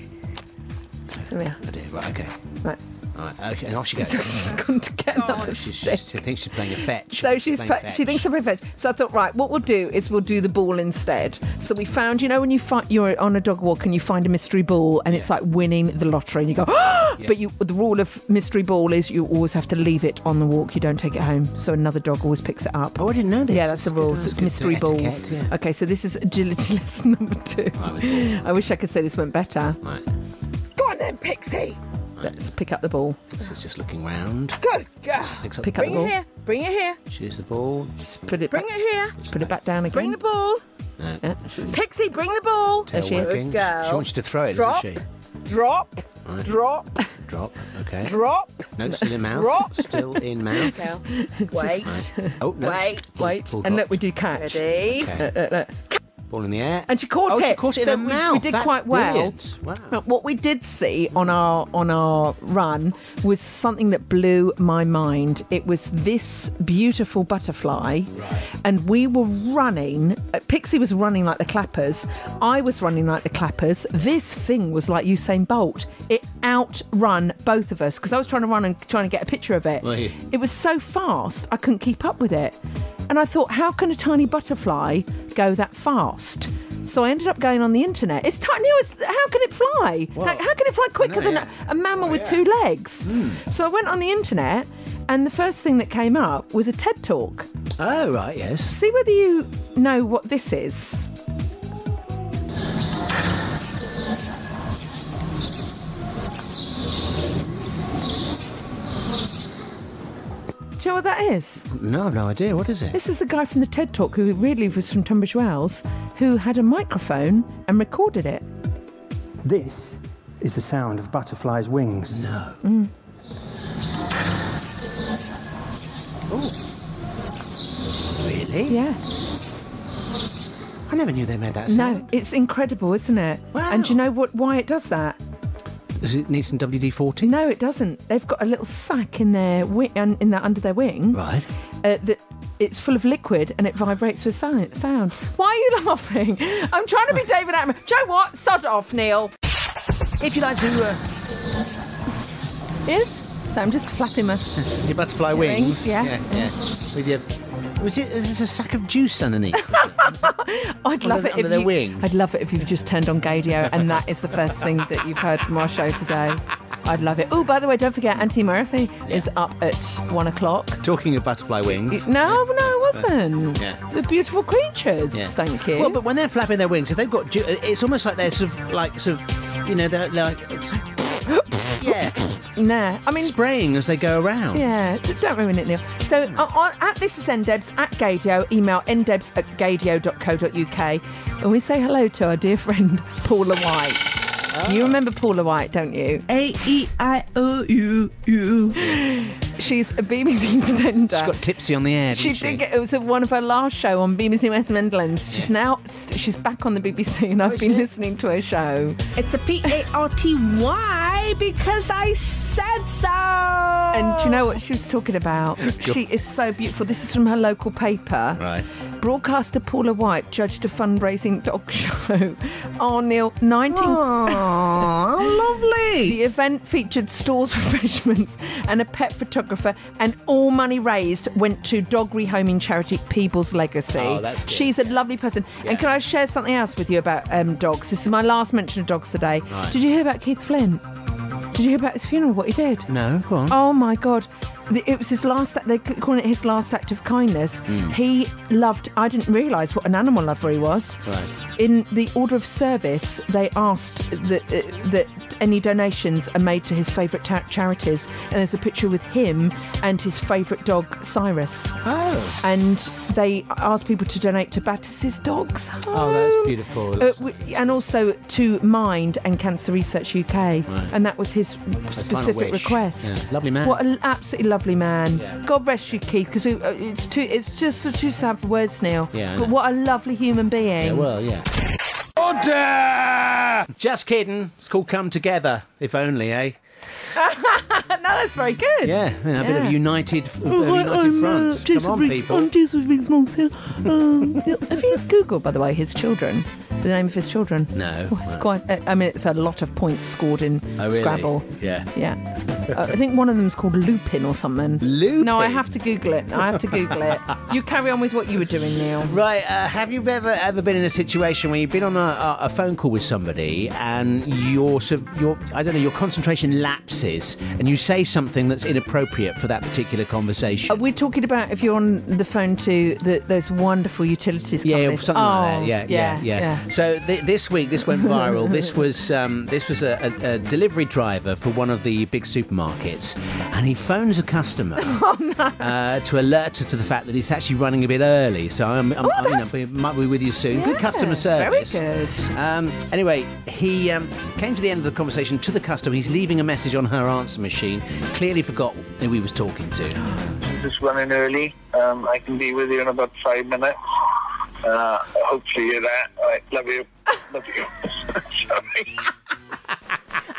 Speaker 5: Come here.
Speaker 4: I do. Right, okay.
Speaker 5: Right.
Speaker 4: Right, okay, and off she goes.
Speaker 5: [laughs] She's gone to get another
Speaker 4: She's- she's- she thinks she's playing a fetch.
Speaker 5: So she's
Speaker 4: playing
Speaker 5: pla- she
Speaker 4: fetch.
Speaker 5: thinks I'm fetch. So I thought, right, what we'll do is we'll do the ball instead. So we found, you know, when you find you're on a dog walk and you find a mystery ball and it's like winning the lottery, and you go, [gasps] but you the rule of mystery ball is you always have to leave it on the walk. You don't take it home, so another dog always picks it up. Oh,
Speaker 4: I didn't know this.
Speaker 5: Yeah, that's the rules.
Speaker 4: that's
Speaker 5: it's
Speaker 4: good
Speaker 5: mystery
Speaker 4: etiquette,
Speaker 5: balls.
Speaker 4: yeah. Oh,
Speaker 5: Okay, so this is agility [laughs] lesson number two. I wish I could say this went better.
Speaker 4: Right.
Speaker 5: Go on then, Pixie. Let's pick up the ball.
Speaker 4: She's just looking round.
Speaker 5: Good girl.
Speaker 4: Picks up
Speaker 5: Pick
Speaker 4: the
Speaker 5: up the
Speaker 4: ball.
Speaker 5: ball.
Speaker 8: Bring it here.
Speaker 4: She's the ball. Uh,
Speaker 5: Put it.
Speaker 8: Bring
Speaker 5: back-
Speaker 8: it here.
Speaker 5: Put it back down again.
Speaker 8: Bring the ball.
Speaker 4: No.
Speaker 8: Pixie, bring the ball.
Speaker 4: Tail wagging. She wants you to throw it,
Speaker 8: Drop.
Speaker 4: doesn't
Speaker 8: Drop.
Speaker 4: she? Right.
Speaker 8: Drop.
Speaker 4: Drop. Okay.
Speaker 8: Drop.
Speaker 4: No, still in mouth.
Speaker 8: Drop.
Speaker 4: Still in mouth.
Speaker 8: Now, wait.
Speaker 4: Right. Oh no.
Speaker 8: Wait.
Speaker 5: Wait.
Speaker 4: Ball
Speaker 5: and
Speaker 4: dropped.
Speaker 5: look, we do catch.
Speaker 8: Ready?
Speaker 4: Okay.
Speaker 5: Uh, uh, look.
Speaker 4: Ball in the air.
Speaker 5: And she caught
Speaker 4: Oh,
Speaker 5: it.
Speaker 4: she caught it in
Speaker 5: so
Speaker 4: her
Speaker 5: we, we
Speaker 4: mouth.
Speaker 5: did
Speaker 4: That's
Speaker 5: quite well.
Speaker 4: brilliant. Wow.
Speaker 5: But what we did see on our on our run was something that blew my mind. It was this beautiful butterfly, and we were running. uh, Pixie was running like the clappers. I was running like the clappers. This thing was like Usain Bolt. It outrun both of us because I was trying to run and trying to get a picture of it.
Speaker 4: Were you?
Speaker 5: It was so fast, I couldn't keep up with it. And I thought, how can a tiny butterfly go that fast? So I ended up going on the internet. It's tiny. It's, how can it fly? Like, how can it fly quicker than
Speaker 8: yeah.
Speaker 5: a, a mammal with two legs? So I went on the internet, and the first thing that came up was a TED talk.
Speaker 4: Oh right, yes.
Speaker 5: See whether you know what this is. Do you know what that is?
Speaker 4: No, I've no idea. What is it?
Speaker 5: This is the guy from the TED Talk who really was from Tunbridge Wells, who had a microphone and recorded it.
Speaker 18: This is the sound of butterflies' wings. No.
Speaker 5: Mm.
Speaker 4: Really?
Speaker 5: Yeah.
Speaker 4: I never knew they made that sound.
Speaker 5: No, it's incredible, isn't it? And do you know what? Why it does that?
Speaker 4: Does it need some WD forty?
Speaker 5: No, it doesn't. They've got a little sack in their wing, in their under their wing.
Speaker 4: Right.
Speaker 5: Uh, that it's full of liquid and it vibrates with si- sound. Why are you laughing? [laughs] I'm trying to be David Attenborough. Do you know what? Sod off, Neil.
Speaker 4: If you'd like to. Uh...
Speaker 5: Is? So I'm just flapping my.
Speaker 4: Your butterfly
Speaker 5: Wings,
Speaker 4: wings.
Speaker 5: yeah.
Speaker 4: yeah. With your. Was it? Is it a sack of juice
Speaker 5: [laughs]
Speaker 4: underneath?
Speaker 5: I'd
Speaker 4: Under
Speaker 5: love
Speaker 4: the-
Speaker 5: it
Speaker 4: under
Speaker 5: if
Speaker 4: their
Speaker 5: you,
Speaker 4: wing.
Speaker 5: I'd love it if you've just turned on Gadio and that is the first thing that you've heard from our show today. I'd love it. Oh, by the way, don't forget Auntie Murphy is up at one o'clock.
Speaker 4: Talking of butterfly wings.
Speaker 5: No, no, it wasn't.
Speaker 4: Yeah.
Speaker 5: The beautiful creatures. Thank you.
Speaker 4: Well, but when they're flapping their wings, if they've got, ju- it's almost like they're sort of like sort of, you know, they're like, yeah,
Speaker 5: nah. I mean,
Speaker 4: spraying as they go around.
Speaker 5: Yeah, d- don't ruin it, Neil. So
Speaker 4: Hmm.
Speaker 5: uh, on, at this is ndebs at gadio, email ndebs at gadio.co.uk. And we say hello to our dear friend Paula White.
Speaker 4: Ah.
Speaker 5: You remember Paula White, don't you?
Speaker 4: Eh.
Speaker 5: A E I O U U. She's a BBC [laughs] presenter.
Speaker 4: She got tipsy on the air.
Speaker 5: She
Speaker 4: Didn't she,
Speaker 5: did get it was at one of her last show on BBC West Midlands. She's now st- she's back on the BBC,
Speaker 4: Oh,
Speaker 5: and I've been listening to her show.
Speaker 19: It's a P A R T Y because I said so.
Speaker 5: And do you know what she was talking about?
Speaker 4: Go-
Speaker 5: She is so beautiful. This is from her local paper.
Speaker 4: Right.
Speaker 5: Broadcaster Paula White judged a fundraising dog [laughs] show. Oh, Neil, 19. lovely. [laughs] the event featured stores, [laughs] refreshments, and a pet photographer, and all money raised went to dog rehoming charity Peebles Legacy.
Speaker 8: Oh, that's good.
Speaker 5: She's a lovely person. And can I share something else with you about um, dogs? This is my last mention of dogs today.
Speaker 4: Right.
Speaker 5: Did you hear about Keith Flint? Did you hear about his funeral? What he did?
Speaker 4: No, go on.
Speaker 5: Oh my God. The- It was his last, they c- calling it his last act of kindness.
Speaker 4: Mm.
Speaker 5: He loved, I didn't realise what an animal lover he was.
Speaker 4: Right.
Speaker 5: In the order of service, they asked that, uh, that any donations are made to his favourite ta- charities. And there's a picture with him and his favourite dog, Cyrus.
Speaker 4: Oh.
Speaker 5: And they asked people to donate to Battis's dogs.
Speaker 4: Oh, that's
Speaker 5: home.
Speaker 4: beautiful.
Speaker 5: Uh, w- and also to Mind and Cancer Research UK, and that was his specific
Speaker 4: wish.
Speaker 5: request.
Speaker 4: Yeah. Lovely man.
Speaker 5: What an absolutely lovely man.
Speaker 4: Yeah.
Speaker 5: God rest you, Keith, because it's too it's just too sad for words, Neil.
Speaker 4: Yeah, I
Speaker 5: But
Speaker 4: know.
Speaker 5: what a lovely human being.
Speaker 4: Yeah, well, yeah. Order! Just kidding. It's called Come Together, if only, eh?
Speaker 5: no, that's very good.
Speaker 4: Yeah, you know, a bit
Speaker 5: Yeah. Oh,
Speaker 4: of united, f- uh, united front. Come on, people.
Speaker 5: have you Googled, by the way, his children? The name of his children?
Speaker 4: No.
Speaker 5: Oh, it's quite. I mean, it's a lot of points scored in
Speaker 4: Oh, really?
Speaker 5: Scrabble.
Speaker 4: Yeah.
Speaker 5: Yeah. Uh, I think one of them's called Lupin or something. Lupin? No, I have to Google it. I have to Google it. You carry on with what you were doing, Neil.
Speaker 4: Right, uh, have you ever ever been in a situation where you've been on a, a, a phone call with somebody and your sort of- your I don't know your concentration lapses and you say something that's inappropriate for that particular conversation?
Speaker 5: Are we Uh, talking about if you're on the phone to the, those wonderful utilities
Speaker 4: Yeah,
Speaker 5: companies? Oh,
Speaker 4: or something like that. Yeah, Oh, yeah, yeah. So th- this week, this went viral. this was um, this was a, a, a delivery driver for one of the big supermarkets, and he phones a customer [laughs] uh, to alert her to the fact that he's actually running a bit early. So I'm, I'm, I you know, we might be with you soon. good customer
Speaker 5: very
Speaker 4: service. good. Um, anyway, he um, came to the end of the conversation to the customer. He's leaving a message on her answer machine. Clearly forgot who he was talking to.
Speaker 20: just running early. Um, I can be with you in about five minutes. Uh, hopefully you're there. All right, love you. Love you. [laughs]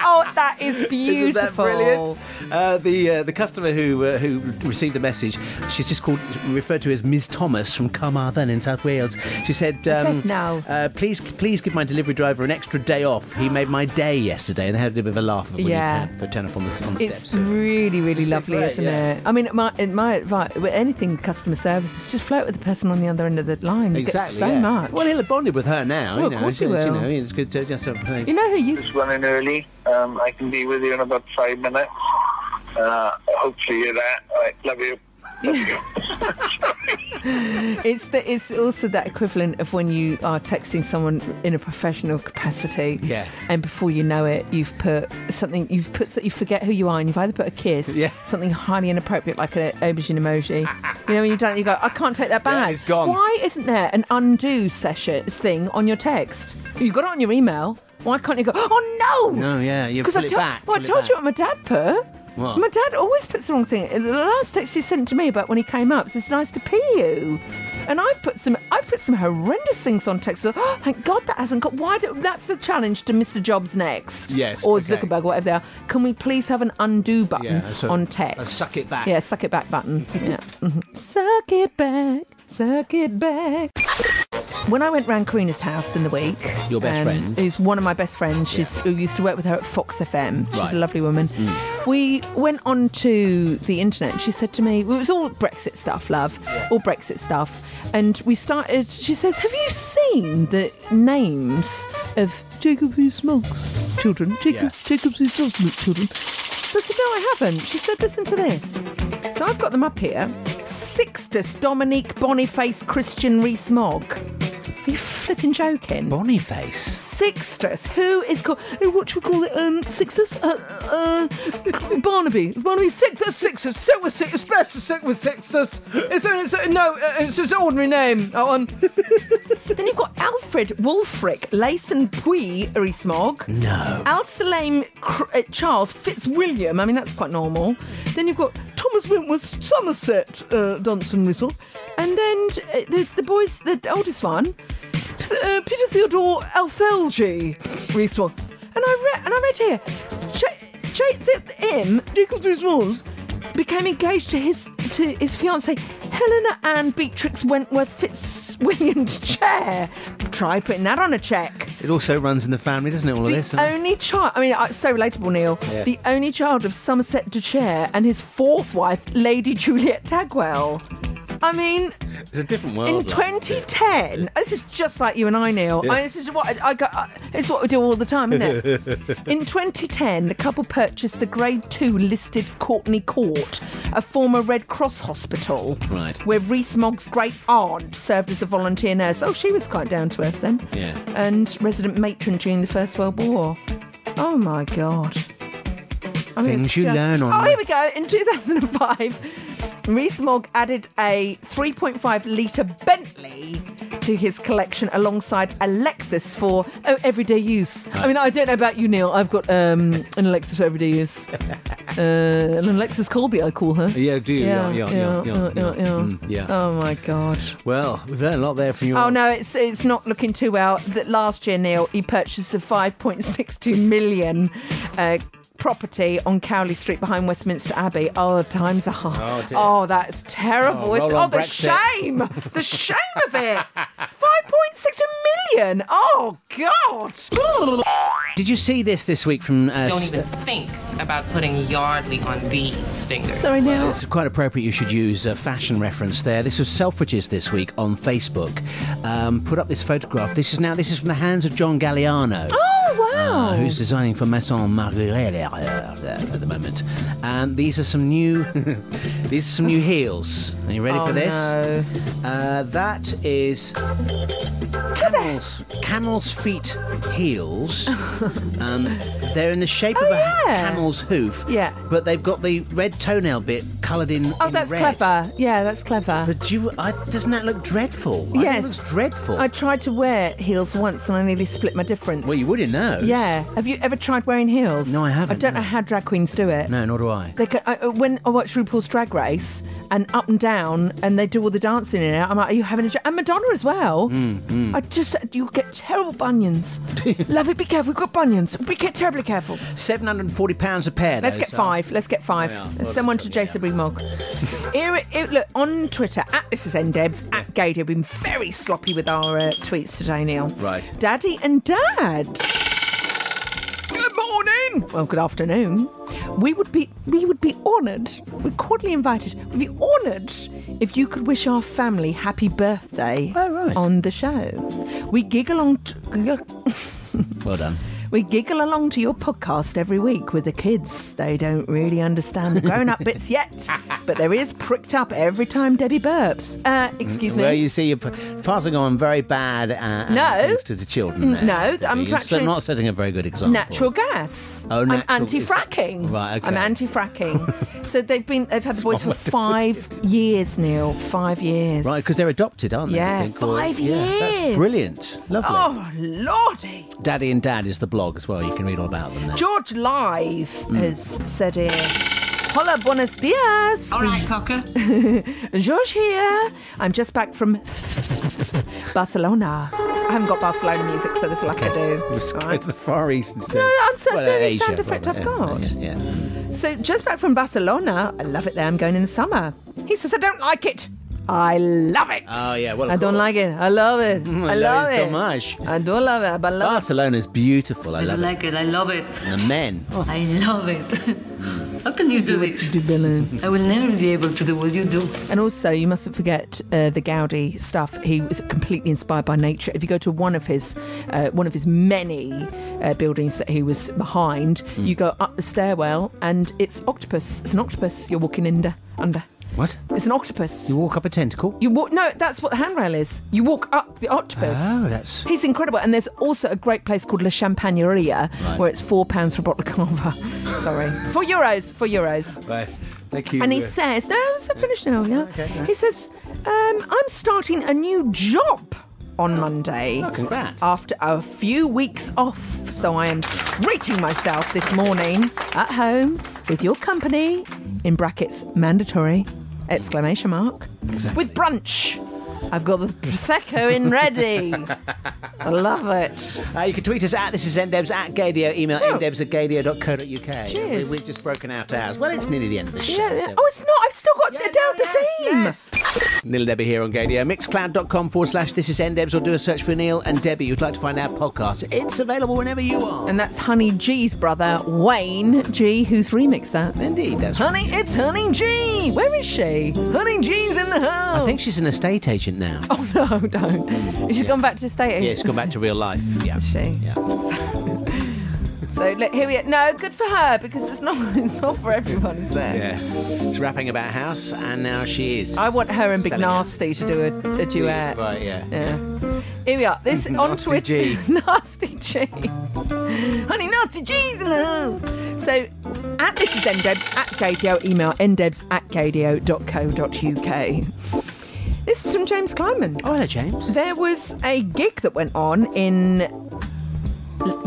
Speaker 5: Oh, that is
Speaker 4: [laughs]
Speaker 5: beautiful.
Speaker 4: Isn't that brilliant? Uh, the uh, the customer who uh, who received the message, she's just called referred to as Ms Thomas from Carmarthen in South Wales. She said,
Speaker 5: I said
Speaker 4: um,
Speaker 5: no.
Speaker 4: uh, "Please, please give my delivery driver an extra day off. He made my day yesterday." And they had a bit of a laugh when
Speaker 5: Yeah.
Speaker 4: he put turn up on the, on the
Speaker 5: It's
Speaker 4: steps.
Speaker 5: really, really lovely,
Speaker 4: uh, great?
Speaker 5: isn't
Speaker 4: Yeah.
Speaker 5: it? I mean, my in my advice, with anything customer service, is just flirt with the person on the other end of the line. You get so
Speaker 4: yeah.
Speaker 5: much.
Speaker 4: Well, he'll have bonded with her now.
Speaker 5: Well,
Speaker 4: you
Speaker 5: of
Speaker 4: know,
Speaker 5: course he
Speaker 4: so, You
Speaker 5: will.
Speaker 4: know, it's good to just sort of thing.
Speaker 5: You know who you
Speaker 20: just running early. Um, I can be with you in about five minutes. Uh, hopefully you're there. All right, love you.
Speaker 5: it's the, it's also that equivalent of when you are texting someone in a professional capacity.
Speaker 4: Yeah.
Speaker 5: And before you know it, you've put something. You've put so- you forget who you are, and you've either put a kiss,
Speaker 4: Yeah. Ah,
Speaker 5: something highly inappropriate like an aubergine emoji. you know, when you've done it, you go, I can't take that back.
Speaker 4: it's gone.
Speaker 5: Why isn't there an undo session thing on your text? You've got it on your email. Why can't you go? Oh no!
Speaker 4: No, yeah, you
Speaker 5: [laughs] Because
Speaker 4: pull
Speaker 5: I
Speaker 4: it
Speaker 5: told,
Speaker 4: back.
Speaker 5: Well, I
Speaker 4: pull it
Speaker 5: told
Speaker 4: back.
Speaker 5: you what my dad put.
Speaker 4: What?
Speaker 5: My dad always puts the wrong thing. The last text he sent to me about when he came up says, "It's nice to pee you." And I've put some, I've put some horrendous things on text. [gasps] Oh, thank God that hasn't got. Why? Do, that's the challenge to Mr. Jobs next.
Speaker 4: Yes,
Speaker 5: Or
Speaker 4: okay.
Speaker 5: Zuckerberg, whatever they are. Can we please have an undo button
Speaker 4: Yeah, so-
Speaker 5: on
Speaker 4: a
Speaker 5: text?
Speaker 4: suck it back.
Speaker 5: Yeah, suck it back button. yeah. Mhm. Suck it back. Suck it back. When I went round Karina's house in the week, um,
Speaker 4: Your best friend.
Speaker 5: who's one of my best friends, she's who used to work with her at Fox FM. She's
Speaker 4: Right. Mm.
Speaker 5: a lovely woman. We went on to the internet. and She said to me, well, "It was all Brexit stuff, love, all Brexit stuff." And we started. She says, "Have you seen the names of Jacob V. Smolk's children? Jacob, Jacob V. Smolk's children?" So I said, "No, I haven't." She said, "Listen to this." So I've got them up here: Sixtus, Dominique, Boniface, Christian, Rees-Mogg. Are you flipping joking?
Speaker 4: Boniface.
Speaker 5: Sixtus. Who is called? What should we call it? Um, Sixtus. Uh, uh, Barnaby. Barnaby. Sixtus. Sixtus.
Speaker 14: Sit with Sixtus, best of sit with Sixtus. It's, a, it's a, no, uh, it's his ordinary name. That one.
Speaker 5: [laughs] then you've got Alfred Wolfric, Layson Puy, Rees-Mogg.
Speaker 14: No.
Speaker 5: Al Salem Cr- uh, Charles Fitzwilliam. I mean, that's quite normal. Then you've got Thomas Wentworth Somerset uh, Dunstan Whistle. And then uh, the, the boys, the oldest one, Th- uh, Peter Theodore Alfelgi Rees-Mogg. And I, re- and I read here, Ch- Ch- Th- M, Nicholas Rees-Mogg, became engaged to his to his fiancee Helena Ann Beatrix Wentworth Fitzwilliam's [laughs] chair. Try putting that on a check.
Speaker 4: It also runs in the family, doesn't it? All of this.
Speaker 5: The only child, I mean, uh, it's so relatable, Neil.
Speaker 4: Yeah.
Speaker 5: The only child of Somerset de Chair and his fourth wife, Lady Juliet Tagwell. I mean,
Speaker 4: It's a different
Speaker 5: in
Speaker 4: world. like.
Speaker 5: 2010, this is just like you and I, Neil.
Speaker 4: Yeah.
Speaker 5: I, this is what I, I go. I, it's what we do all the time, isn't it?
Speaker 4: [laughs]
Speaker 5: In 2010, the couple purchased the Grade 2 listed Courtney Court, a former Red Cross hospital,
Speaker 4: Right.
Speaker 5: where Rees Mogg's great aunt served as a volunteer nurse. Oh, she was quite down to earth then.
Speaker 4: Yeah.
Speaker 5: And resident matron during the First World War. Oh my God. I mean,
Speaker 4: Things
Speaker 5: it's
Speaker 4: you
Speaker 5: just-
Speaker 4: learn on
Speaker 5: Oh,
Speaker 4: the-
Speaker 5: here we go. In 2005, [laughs] Rees-Mogg added a 3.5 litre Bentley to his collection alongside a Lexus for oh, everyday use. I mean, I don't know about you, Neil. I've got um, an Lexus for everyday
Speaker 4: [laughs]
Speaker 5: use. Uh, an Lexus Colby, I call her.
Speaker 4: Yeah, do you? Yeah, yeah, yeah, yeah,
Speaker 5: yeah,
Speaker 4: yeah. Mm, yeah.
Speaker 5: Oh my God.
Speaker 4: Well, we've learned a lot there from your.
Speaker 5: Oh no, it's it's not looking too well. That last year, Neil, he purchased a 5.62 million uh, property on Cowley Street behind Westminster Abbey. Oh, times are hard.
Speaker 14: Oh, dear.
Speaker 5: that's terrible.
Speaker 14: Oh,
Speaker 5: it's,
Speaker 14: roll
Speaker 5: oh
Speaker 14: on
Speaker 5: the
Speaker 14: Brexit.
Speaker 5: shame, the shame
Speaker 4: [laughs]
Speaker 5: of it. 5.62 million. Oh God.
Speaker 4: Did you see this this week from? Uh,
Speaker 6: Don't even think about putting Yardley on these fingers.
Speaker 5: Sorry, Neil.
Speaker 4: It's quite appropriate you should use a fashion reference there. This was Selfridges this week on Facebook. Um, put up this photograph. This is now this is from the hands of John Galliano.
Speaker 5: Oh wow!
Speaker 4: uh, who's designing for Maison Marguerite uh, at the moment? And these are some new, [laughs] these are some new heels. Are you ready
Speaker 5: Oh,
Speaker 4: for this? Uh, that is camels, camels feet
Speaker 5: [laughs]
Speaker 4: heels. um, they're in the shape of a camel's hoof.
Speaker 5: Oh, Yeah.
Speaker 4: But they've got the red toenail bit coloured in.
Speaker 5: Oh,
Speaker 4: in
Speaker 5: that's
Speaker 4: red.
Speaker 5: clever. Yeah, that's clever.
Speaker 4: But do you, I, doesn't that look dreadful? I think
Speaker 5: yes,
Speaker 4: it looks dreadful.
Speaker 5: I tried to wear heels once, and I nearly split my difference.
Speaker 4: well, you would in those.
Speaker 5: Yeah. Have you ever tried wearing heels?
Speaker 4: No, I haven't,
Speaker 5: I don't know how drag queens do it.
Speaker 4: No, nor do I.
Speaker 5: They ca- I, uh, when I watch RuPaul's Drag Race and up and down, and they do all the dancing in it, I'm like, "Are you having a?" Dr-? And Madonna as well.
Speaker 4: Mm, mm.
Speaker 5: I just uh, you get terrible
Speaker 4: [laughs]
Speaker 5: bunions. Love it. Be careful. We've got bunions. Be ca- terribly careful.
Speaker 4: Seven hundred and forty pounds a pair.
Speaker 5: Let's
Speaker 4: those
Speaker 5: get
Speaker 4: are.
Speaker 5: five. Let's get five.
Speaker 4: uh, Yeah, well,
Speaker 5: Someone to JCB Mog.
Speaker 4: [laughs]
Speaker 5: here, here- look on Twitter at this is ndebs at Gadia. We've been very sloppy with our uh, tweets today, Neil.
Speaker 4: Right.
Speaker 5: Daddy and Dad. Good morning. Well, good afternoon. We would be we would be honoured. We're cordially invited. We'd be honoured if you could wish our family happy birthday on the show. We giggle on. T-
Speaker 4: Well done.
Speaker 5: we giggle along to your podcast every week with the kids. They don't really understand grown up bits [laughs] yet, but their ears pricked up every time Debbie burps. Uh, excuse
Speaker 4: Well,
Speaker 5: me.
Speaker 4: you see, you're p- passing on very bad uh, uh,
Speaker 5: No. Mm,
Speaker 4: things to the children. There,
Speaker 5: No,
Speaker 4: Debbie.
Speaker 5: I'm
Speaker 4: You're
Speaker 5: actually-
Speaker 4: still not setting a very good example.
Speaker 5: Natural gas.
Speaker 4: Oh, natural-
Speaker 5: I'm anti-fracking.
Speaker 4: Right, okay. [laughs]
Speaker 5: I'm anti-fracking. so they've been they've had the boys for five years, Neil. Five years.
Speaker 4: Right, because they're adopted, aren't they? I
Speaker 5: Yeah,
Speaker 4: think, or-
Speaker 5: five
Speaker 4: Yeah,
Speaker 5: years.
Speaker 4: that's brilliant. Lovely.
Speaker 5: Oh lordy.
Speaker 4: Daddy and Dad is the blog as well. You can read all about
Speaker 5: [laughs]
Speaker 4: them there.
Speaker 5: George Live
Speaker 4: Hmm.
Speaker 5: has said here. Hola, buenos dias. All right,
Speaker 6: Cocker.
Speaker 5: George here. I'm just back from [laughs] Barcelona. I haven't got Barcelona music, so this is like I do.
Speaker 4: Let's go to the Far East instead.
Speaker 5: No, no, I'm so-
Speaker 4: well,
Speaker 5: so
Speaker 4: uh,
Speaker 5: the
Speaker 4: Asia,
Speaker 5: sound effect
Speaker 4: rather.
Speaker 5: I've
Speaker 4: Yeah, Yeah, yeah.
Speaker 5: So, just back from Barcelona. I love it there. I'm going in the summer. He says, I don't like it. I love it.
Speaker 4: Oh, yeah, well, of
Speaker 5: I don't like it. I love
Speaker 4: [laughs]
Speaker 5: it.
Speaker 4: Mm,
Speaker 5: I love
Speaker 4: so
Speaker 5: it.
Speaker 4: much.
Speaker 5: I do love it. But I love
Speaker 4: Barcelona's beautiful. I love it.
Speaker 21: like it. I love it.
Speaker 4: And the men. Oh,
Speaker 21: I love it. [laughs] How can you do it?
Speaker 5: Do balloon.
Speaker 21: I will never be able to do what you do.
Speaker 5: [laughs] And also, you mustn't forget uh, the Gaudi stuff. He was completely inspired by nature. If you go to one of his, uh, one of his many uh, buildings that he was behind,
Speaker 4: Hmm.
Speaker 5: you go up the stairwell and it's octopus. It's an octopus you're walking under. Under.
Speaker 4: What?
Speaker 5: It's an octopus.
Speaker 4: You walk up a tentacle.
Speaker 5: You walk. No, that's what the handrail is. You walk up the octopus.
Speaker 4: Oh, that's-
Speaker 5: He's incredible. And there's also a great place called La Champagneria,
Speaker 4: Right.
Speaker 5: where it's four pounds for a bottle of cava. [laughs] Sorry, four euros. Four euros.
Speaker 4: Right. Thank
Speaker 5: And he says, no, it's not finished now. Yeah. He says, um, I'm starting a new job on Monday.
Speaker 4: Oh, congrats.
Speaker 5: After a few weeks off. So I am treating myself this morning at home with your company, in brackets, mandatory, exclamation mark, with brunch. I've got the Prosecco
Speaker 4: [laughs]
Speaker 5: in ready. I love it.
Speaker 4: Uh, you can tweet us at this is ndebs at gadio. Email ndebs at gadio.co.uk.
Speaker 5: Oh. Cheers.
Speaker 4: We, have just broken out ours. Well, it's nearly the end of the show.
Speaker 5: Yeah, yeah. Oh, it's not. I've still got Adele Dazeem.
Speaker 4: Neil and Debbie here on Gadio. Mixcloud.com forward slash this is ndebs or do a search for Neil and Debbie. You'd like to find our podcast. It's available whenever you are.
Speaker 5: And that's Honey G's brother, Wayne G, who's remixed that.
Speaker 4: Indeed, that's
Speaker 5: Honey, it's Honey G. Where is she? Honey G's in the house.
Speaker 4: I think she's an estate agent now.
Speaker 5: Oh, [laughs] no, don't. She's gone back to state
Speaker 4: Yeah, she's gone back to real
Speaker 5: [laughs]
Speaker 4: life. Yeah.
Speaker 5: She. So look, here we are. No, good for her because it's not [laughs] it's not for everyone, is there?
Speaker 4: Yeah. She's rapping about house and now she is.
Speaker 5: I want her and Big
Speaker 4: selling it.
Speaker 5: Nasty to do a, a duet.
Speaker 4: Right, yeah.
Speaker 5: Yeah. Here we are.
Speaker 4: [laughs]
Speaker 5: This on
Speaker 4: Nasty
Speaker 5: Twitter. [laughs]
Speaker 4: G.
Speaker 5: nasty G. Honey, nasty G's in the house. So at this is ndebs at gadio. Email ndebs at gadio.co.uk. This is from James Kleiman.
Speaker 4: Oh, hello, James.
Speaker 5: There was a gig that went on in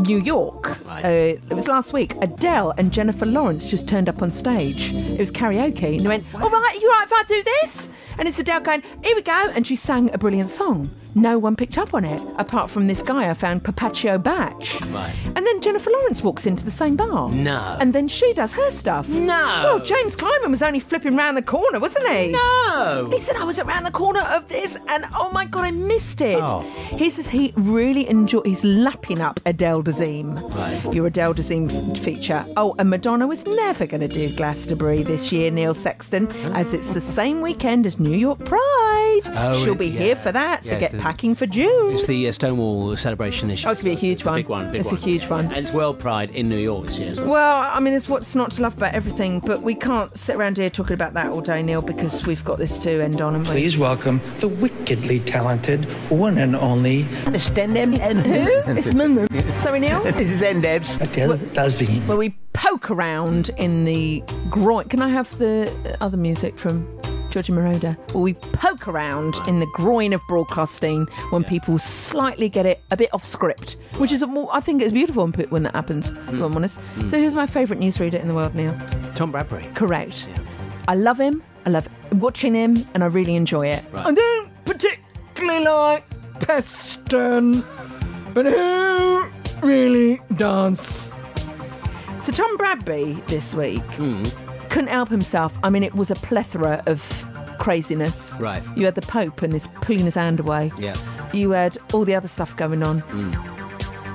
Speaker 5: New York. Uh, it was last week. Adele and Jennifer Lawrence just turned up on stage. It was karaoke, and they went, "All right, you all right if I do this?" And it's Adele going, "Here we go," and she sang a brilliant song. no one picked up on it, apart from this guy I found, Papaccio Batch.
Speaker 4: Right.
Speaker 5: And then Jennifer Lawrence walks into the same bar.
Speaker 4: No.
Speaker 5: And then she does her stuff. No. Well, James Clyman was only flipping round the corner, wasn't he?
Speaker 4: No.
Speaker 5: He said I was around the corner of this, and oh my god, I missed it.
Speaker 4: Oh.
Speaker 5: He says he really enjoyed. He's lapping up Adele Dazeem.
Speaker 4: Right.
Speaker 5: Your Adele Dazeem f- feature. Oh, and Madonna was never going to do Glastonbury this year, Neil Sexton, as it's the same weekend as New York Pride.
Speaker 4: Oh,
Speaker 5: She'll be
Speaker 4: yeah.
Speaker 5: here for that, so
Speaker 4: Yeah,
Speaker 5: get
Speaker 4: it's the-
Speaker 5: packing for June.
Speaker 4: It's the uh, Stonewall celebration this year.
Speaker 5: Oh, it's gonna be a huge
Speaker 4: It's a big
Speaker 5: one.
Speaker 4: one. big
Speaker 5: It's a huge one.
Speaker 4: And it's World Pride in New York this year. isn't it?
Speaker 5: Well, I mean, it's what's not to love about everything, but we can't sit around here talking about that all day, Neil, because we've got this to end on. And we?
Speaker 2: Please welcome the wickedly talented one and only.
Speaker 5: Stand them and It's Mum.
Speaker 4: [laughs]
Speaker 5: Sorry, Neil.
Speaker 2: This is Endebs. Adele Dazeem.
Speaker 5: Where we poke around in the groin. Can I have the uh, other music from Georgie Moroder? Where we poke around in the groin of broadcasting when people slightly get it a bit off script, which is, a more, I think, it's beautiful when pe- when that happens. If I'm honest.
Speaker 4: Mm.
Speaker 5: So, who's my favourite newsreader in the world, Neil?
Speaker 4: Tom Bradbury.
Speaker 5: Correct. I love him. I love watching him, and I really enjoy it.
Speaker 4: Right.
Speaker 5: I don't
Speaker 14: particularly like Peston, but who really does?
Speaker 5: So Tom Bradby this week
Speaker 4: Hmm.
Speaker 5: couldn't help himself. I mean, it was a plethora of craziness.
Speaker 4: Right.
Speaker 5: You had the Pope and his pulling his hand away.
Speaker 4: Yeah. Hmm.
Speaker 5: You had all the other stuff going on.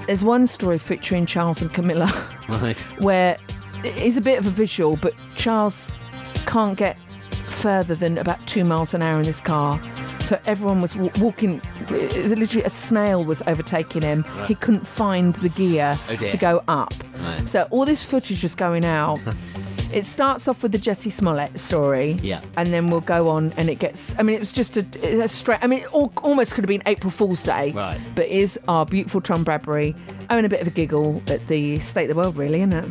Speaker 5: There's one story featuring Charles and Camilla [laughs]
Speaker 4: Right.
Speaker 5: where it's a bit of a visual, but Charles can't get further than about two miles an hour in this car. So everyone was w- walking. It was literally a snail was overtaking him.
Speaker 4: Right.
Speaker 5: He couldn't find the gear
Speaker 4: Oh dear.
Speaker 5: to go up.
Speaker 4: Right.
Speaker 5: So all this footage was
Speaker 4: [laughs]
Speaker 5: going out. it starts off with the Jesse Smollett story.
Speaker 4: Yeah.
Speaker 5: And then we'll go on, and it gets. I mean, it was just a, a straight. I mean, it al- almost could have been April Fool's Day.
Speaker 4: Right.
Speaker 5: But it is our beautiful Tom Bradbury having a bit of a giggle at the state of the world, really, isn't it?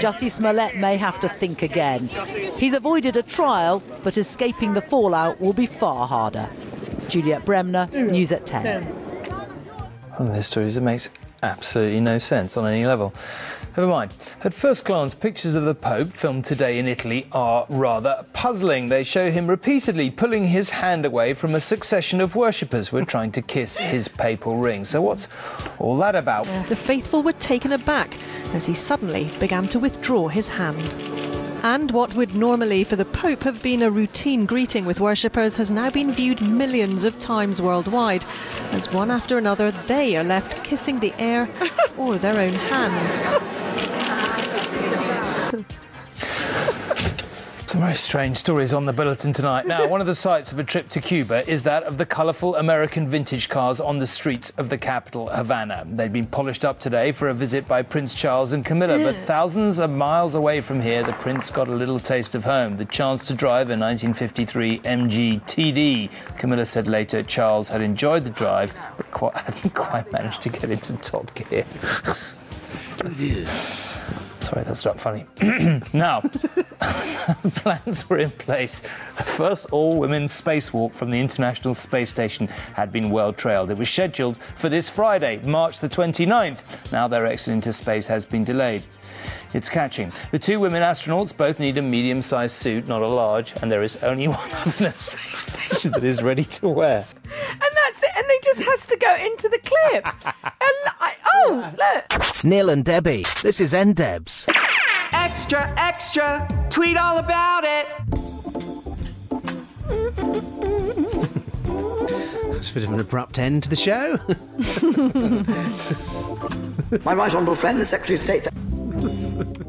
Speaker 22: Jussie Smollett may have to think again. He's avoided a trial, but escaping the fallout will be far harder. Juliet Bremner, News at 10.
Speaker 9: One of those stories that makes absolutely no sense on any level. Never mind. At first glance, pictures of the Pope filmed today in Italy are rather puzzling. They show him repeatedly pulling his hand away from a succession of worshippers who are trying to kiss his papal ring. So, what's all that about?
Speaker 23: The faithful were taken aback as he suddenly began to withdraw his hand. And what would normally for the Pope have been a routine greeting with worshippers has now been viewed millions of times worldwide, as one after another they are left kissing the air
Speaker 8: [laughs]
Speaker 23: or their own hands.
Speaker 9: Some very strange stories on the bulletin tonight. Now, one of the sights of a trip to Cuba is that of the colourful American vintage cars on the streets of the capital, Havana. They'd been polished up today for a visit by Prince Charles and Camilla, but thousands of miles away from here, the prince got a little taste of home the chance to drive a 1953 MG TD. Camilla said later Charles had enjoyed the drive, but quite, [laughs] hadn't quite managed to get into top gear. Sorry, that's not funny. [clears throat] now, [laughs] plans were in place. The first all women spacewalk from the International Space Station had been well trailed. It was scheduled for this Friday, March the 29th. Now their exit into space has been delayed. It's catching. The two women astronauts both need a medium sized suit, not a large, and there is only [laughs] one other nurse space station that is ready to wear.
Speaker 5: And that's it. And they just has to go into
Speaker 22: [laughs]
Speaker 5: the clip. and I, oh, look.
Speaker 13: Neil and Debbie, this is Ndebs.
Speaker 14: Extra, extra, tweet all about it.
Speaker 4: That's a bit of an abrupt end to the show. [laughs]
Speaker 1: My right honourable friend, the Secretary of State.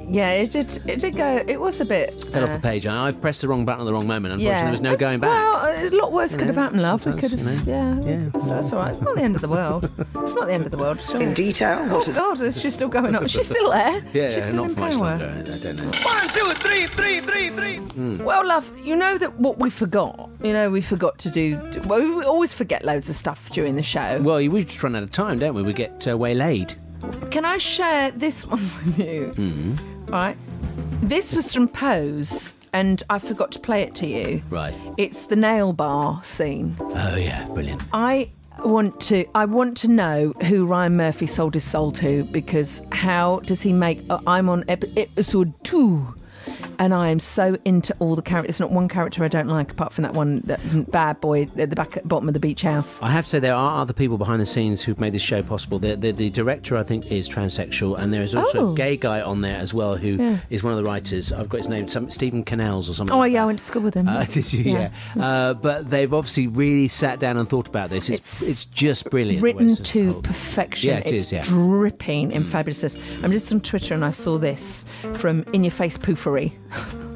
Speaker 5: Yeah, it did. It did go. It was a bit. uh,
Speaker 4: Fell off the page. I, I've pressed the wrong button at the wrong moment. Unfortunately, there was no
Speaker 5: That's-
Speaker 4: going back.
Speaker 5: Well, a lot worse
Speaker 4: You
Speaker 5: could have
Speaker 4: know,
Speaker 5: happened, love. We could
Speaker 4: sometimes,
Speaker 5: have.
Speaker 4: you
Speaker 5: Yeah. So that's all right. It's not the end of the world. It's not the end of the world. at all.
Speaker 1: In detail, what
Speaker 5: oh
Speaker 1: is-
Speaker 5: God, it's- she's still going up. She's still there.
Speaker 4: Yeah,
Speaker 5: She's
Speaker 4: yeah,
Speaker 5: still
Speaker 4: not
Speaker 5: in
Speaker 4: for much
Speaker 5: power.
Speaker 4: longer. I, I don't know.
Speaker 14: One, two, three, three, three, three.
Speaker 5: Well, love, you know that what we forgot. You know, we forgot to do. Well, we always forget loads of stuff during the show.
Speaker 4: Well, we just run out of time, don't we? We get uh, waylaid.
Speaker 5: Can I share this [laughs] one with you?
Speaker 4: Mm.
Speaker 5: Right. This was from Pose, and I forgot to play it to you.
Speaker 4: Right.
Speaker 5: It's the nail bar scene.
Speaker 4: Oh yeah, brilliant.
Speaker 5: I want to I want to know who Ryan Murphy sold his soul to because how does he make uh, I'm on ep- episode 2 and I am so into all the characters. Not one character I don't like, apart from that one that bad boy at the back at the bottom of the beach house.
Speaker 4: I have to say there are other people behind the scenes who've made this show possible. The, the, the director, I think, is transsexual, and there is also
Speaker 5: Oh.
Speaker 4: a gay guy on there as well who is
Speaker 5: Yeah.
Speaker 4: one of the writers. I've got his name, some Stephen Canals or something.
Speaker 5: Oh
Speaker 4: like
Speaker 5: yeah, I
Speaker 4: that.
Speaker 5: went to school with him.
Speaker 4: Uh, [laughs] did you? Yeah. Uh, but they've obviously really sat down and thought about this. It's it's, just brilliant. the way
Speaker 5: Written
Speaker 4: it's-
Speaker 5: to perfection.
Speaker 4: Yeah, it
Speaker 5: it's
Speaker 4: is, yeah.
Speaker 5: dripping in fabulousness. I'm just on Twitter and I saw this from In Your Face Poofery. [laughs]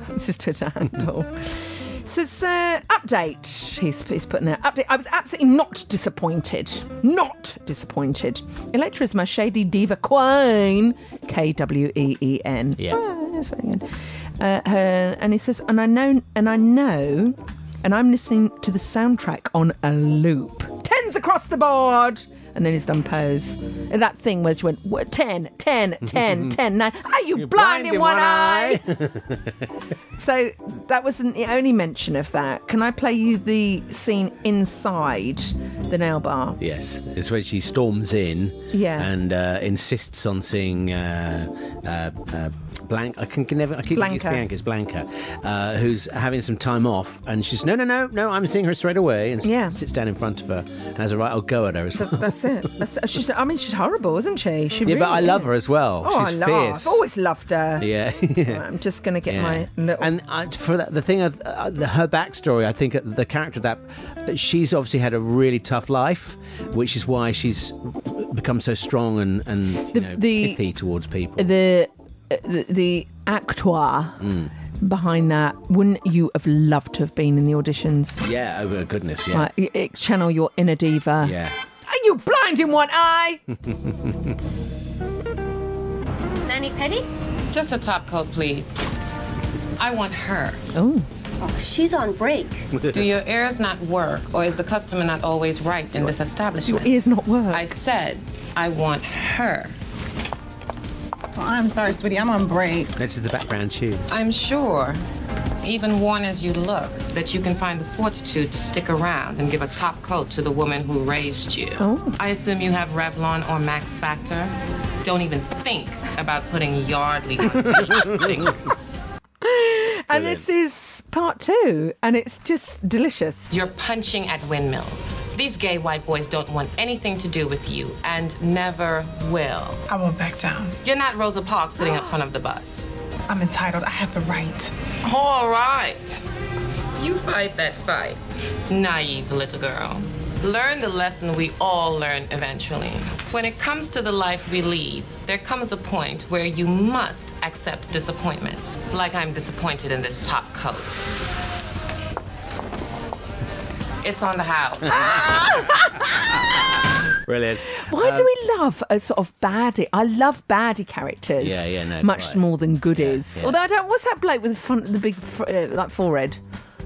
Speaker 5: this is Twitter handle. So it's uh, update. He's, he's putting there update. I was absolutely not disappointed. Not disappointed. Electra is my shady diva queen. K W E E N. Yeah, that's very good. Uh, her, and he says, and I know, and I know, and I'm listening to the soundtrack on a loop. Tens across the board. And then he's done pose. And that thing where she went, "What, 10, 10,
Speaker 4: [laughs]
Speaker 5: 10, 10, 9. Are you blind, in one eye?
Speaker 4: [laughs]
Speaker 5: So that wasn't the only mention of that. Can I play you the scene inside the nail
Speaker 4: [laughs]
Speaker 5: bar?
Speaker 4: Yes, it's when she storms in
Speaker 5: Yeah.
Speaker 4: and uh, insists on seeing uh, uh, uh, Blank. I can can never. I keep thinking it's
Speaker 5: Blanca.
Speaker 4: Bianca. It's Blanca, uh, who's having some time off, and she's no, no, no, no. I'm seeing her straight away, and s-
Speaker 5: Yeah.
Speaker 4: sits down in front of her and has a right old go at her as well.
Speaker 5: Th- That's it. That's, uh, she's, I mean, she's horrible, isn't she? she
Speaker 4: yeah, but I
Speaker 5: really
Speaker 4: love
Speaker 5: is.
Speaker 4: her as well.
Speaker 5: Oh,
Speaker 4: she's
Speaker 5: I love.
Speaker 4: fierce.
Speaker 5: I've always loved her.
Speaker 4: Yeah, [laughs]
Speaker 5: I'm just going to get
Speaker 4: Yeah.
Speaker 5: my
Speaker 4: And I, for that, the thing of uh, the, her backstory, I think uh, the character of that uh, she's obviously had a really tough life, which is why she's become so strong and and you know,
Speaker 5: the-
Speaker 4: pithy towards people.
Speaker 5: the uh, the, the actoire
Speaker 4: Mm.
Speaker 5: behind that. Wouldn't you have loved to have been in the auditions?
Speaker 4: Yeah. Oh my goodness. Yeah.
Speaker 5: Like, y- y- channel your inner diva.
Speaker 4: Yeah.
Speaker 5: Are you blind in one
Speaker 4: [laughs]
Speaker 5: eye?
Speaker 8: Nanny Petty? Just a top coat, please. I want her.
Speaker 5: Oh.
Speaker 8: Oh, she's on break. [laughs] Do your ears not work, or is the customer not always right in this establishment? Your
Speaker 5: ears not work.
Speaker 8: I said, I want her.
Speaker 6: I'm sorry, sweetie. I'm on break.
Speaker 4: That's the background too.
Speaker 6: I'm sure, even worn as you look, that you can find the fortitude to stick around and give a top coat to the woman who raised you. I assume you have Revlon or Max Factor. Don't even think about putting Yardley on [laughs] these fingers.
Speaker 5: And this is part two, and it's just delicious.
Speaker 6: You're punching at windmills. These gay white boys don't want anything to do with you and never will.
Speaker 3: I won't back down.
Speaker 6: You're not Rosa Parks sitting up front of the bus.
Speaker 3: I'm entitled. I have the right.
Speaker 6: All right. You fight that fight, naive little girl. Learn the lesson we all learn eventually. When it comes to the life we lead, there comes a point where you must accept disappointment, like I'm disappointed in this top coat. It's on the house.
Speaker 4: Brilliant.
Speaker 5: Why
Speaker 4: Um,
Speaker 5: do we love a sort of baddie? I love baddie characters.
Speaker 4: Yeah, yeah, no,
Speaker 5: Much
Speaker 4: quite.
Speaker 5: more than goodies.
Speaker 4: yeah.
Speaker 5: Although I don't. What's that bloke with the, front, the big fr- uh, like forehead?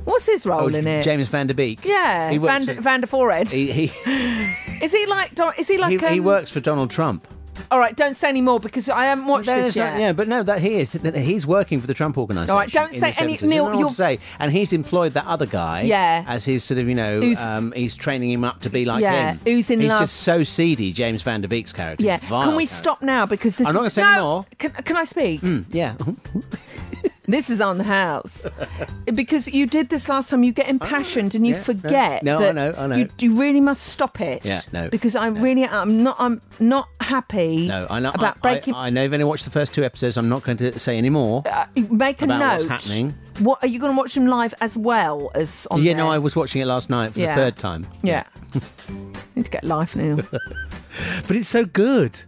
Speaker 5: What's his role
Speaker 4: Oh,
Speaker 5: in it?
Speaker 4: James Van Der Beek.
Speaker 5: Yeah,
Speaker 4: He works
Speaker 5: Van,
Speaker 4: at-
Speaker 5: Van der Forehead.
Speaker 4: He he,
Speaker 5: is he like? Don- Is he like?
Speaker 4: he, he
Speaker 5: um,
Speaker 4: works for Donald Trump.
Speaker 5: All right, don't say any more because I haven't watched
Speaker 4: No,
Speaker 5: this
Speaker 4: that's
Speaker 5: yet.
Speaker 4: not- yeah, but no, that he is. that- that He's working for the Trump organisation.
Speaker 5: All right, don't
Speaker 4: in
Speaker 5: say
Speaker 4: the
Speaker 5: any-
Speaker 4: 70s. There's
Speaker 5: Neil,
Speaker 4: nothing
Speaker 5: you're-
Speaker 4: to say. And he's employed that other guy.
Speaker 5: Yeah.
Speaker 4: As his sort of, you know,
Speaker 5: Who's-
Speaker 4: um, he's training him up to be like
Speaker 5: Yeah,
Speaker 4: him.
Speaker 5: who's in
Speaker 4: he's
Speaker 5: love-
Speaker 4: just so seedy, James Van Der Beek's character.
Speaker 5: Yeah.
Speaker 4: He's vile
Speaker 5: Can we
Speaker 4: character.
Speaker 5: stop now because this
Speaker 4: I'm not
Speaker 5: is
Speaker 4: gonna say any
Speaker 5: No!
Speaker 4: more.
Speaker 5: Can, can I speak?
Speaker 4: Mm, yeah.
Speaker 5: This is on
Speaker 4: [laughs]
Speaker 5: the house because you did this last time. You get impassioned and you
Speaker 4: Oh, yeah, no.
Speaker 5: forget.
Speaker 4: No, I
Speaker 5: that
Speaker 4: know, I know.
Speaker 5: You, you really must stop it.
Speaker 4: Yeah, no,
Speaker 5: Because I'm really, I'm not, I'm not happy.
Speaker 4: No, I know.
Speaker 5: about
Speaker 4: I,
Speaker 5: breaking. uh,
Speaker 4: I, I know you've only watched the first two episodes. I'm not going to say any more
Speaker 5: make a
Speaker 4: about
Speaker 5: note.
Speaker 4: what's happening.
Speaker 5: What are you going to watch them live as well as on?
Speaker 4: yeah,
Speaker 5: there?
Speaker 4: no, I was watching it last night for
Speaker 5: Oh, Yeah.
Speaker 4: the third time.
Speaker 5: Yeah. [laughs] Need to get life now.
Speaker 4: but it's so good.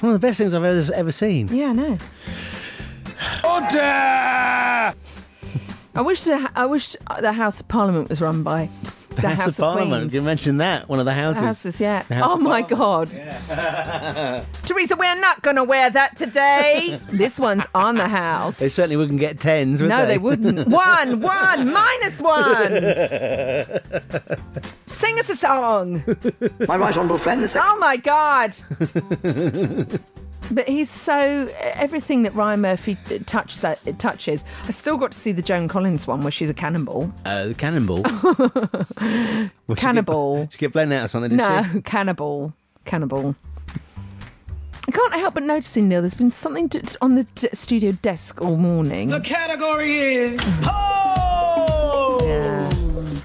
Speaker 4: One of the best things I've ever, ever seen.
Speaker 5: Yeah, I know.
Speaker 4: Order!
Speaker 5: I wish the I wish the House of Parliament was run by the,
Speaker 4: House, of, Parliament.
Speaker 5: Queens.
Speaker 4: You mentioned that. One of the houses.
Speaker 5: The houses, yeah.
Speaker 4: The House
Speaker 5: oh
Speaker 4: of
Speaker 5: my God.
Speaker 1: [laughs]
Speaker 4: Parliament.
Speaker 5: Teresa, we're not going to wear that today. this one's on the house.
Speaker 4: They certainly wouldn't get tens, would
Speaker 5: no, they?
Speaker 4: they? [laughs]
Speaker 5: wouldn't. One, one, minus one. Sing us a song.
Speaker 1: My right honourable friend, the
Speaker 5: Oh my God.
Speaker 1: second.
Speaker 5: But he's so everything that Ryan Murphy touches. uh, Touches. I still got to see the Joan Collins one where she's a cannibal.
Speaker 4: Uh,
Speaker 5: [laughs]
Speaker 4: cannonball. Well, she
Speaker 5: Cannibal.
Speaker 4: Get, she get blown out or something, did
Speaker 5: no,
Speaker 4: she?
Speaker 5: cannibal, cannibal. can't help but noticing, Neil, there's been something to, on the d- studio desk all morning.
Speaker 14: The category is oh.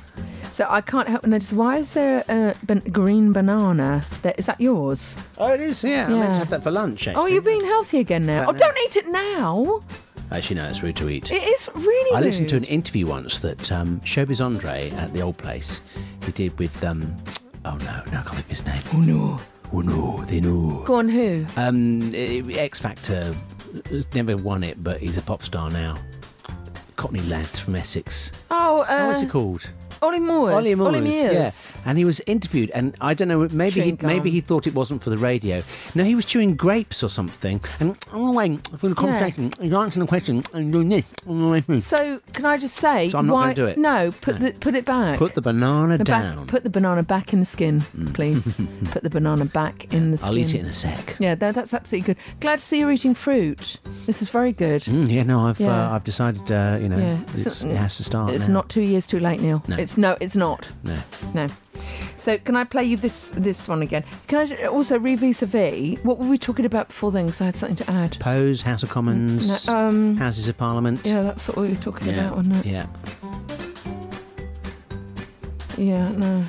Speaker 5: So I can't help but notice why is there a, a ban- green banana? There, is that yours?
Speaker 4: Oh, it is. Yeah, I meant
Speaker 5: Yeah.
Speaker 4: to have that for lunch. Actually.
Speaker 5: Oh, you're being healthy again now.
Speaker 4: Right
Speaker 5: Oh,
Speaker 4: now.
Speaker 5: don't eat it now.
Speaker 4: Actually, no, it's rude to eat.
Speaker 5: It is really.
Speaker 4: I listened to an
Speaker 5: rude.
Speaker 4: interview once that um, Showbiz Andre at the old place he did with um, oh no, no, I can't think of his name. Oh no, oh no, they know.
Speaker 5: Go on, who?
Speaker 4: Um, eh, X Factor eh, never won it, but he's a pop star now. Cockney lad from Essex.
Speaker 5: Oh, uh,
Speaker 4: Oh, what's he called?
Speaker 5: Ollie Moores.
Speaker 4: Ollie Moores. yeah.
Speaker 5: Mears.
Speaker 4: And he was interviewed, and I don't know, maybe he,
Speaker 5: Chewing gum.
Speaker 4: maybe he thought it wasn't for the radio. No, he was chewing grapes or something. And on the way for the conversation, he's answering a question and doing this on the way through.
Speaker 5: So can I just say
Speaker 4: So I'm not
Speaker 5: why?
Speaker 4: gonna do it.
Speaker 5: No, put
Speaker 4: No.
Speaker 5: the put it back.
Speaker 4: Put the banana
Speaker 5: The back-
Speaker 4: down. Mm.
Speaker 5: put the banana back in the skin,
Speaker 4: [laughs]
Speaker 5: please. put the banana back in the skin.
Speaker 4: I'll eat it in a sec.
Speaker 5: Yeah, tha- that's absolutely good. Glad to see you're eating fruit. This is very good.
Speaker 4: Mm, yeah, no, I've
Speaker 5: Yeah.
Speaker 4: uh, I've decided, uh, you know,
Speaker 5: Yeah.
Speaker 4: it's,
Speaker 5: So-
Speaker 4: it has to start.
Speaker 5: It's
Speaker 4: now.
Speaker 5: not two years too late, Neil.
Speaker 4: Oh, No.
Speaker 5: It's no, it's not.
Speaker 4: No.
Speaker 5: No. So can I play you this this one again? Can I also re vis a vis? What were we talking about before then? Because I had something to add.
Speaker 4: Pose, House of Commons,
Speaker 5: No, um,
Speaker 4: Houses of Parliament.
Speaker 5: Yeah, that's what we were talking
Speaker 4: Yeah,
Speaker 5: about, wasn't it?
Speaker 4: yeah.
Speaker 5: Yeah, no.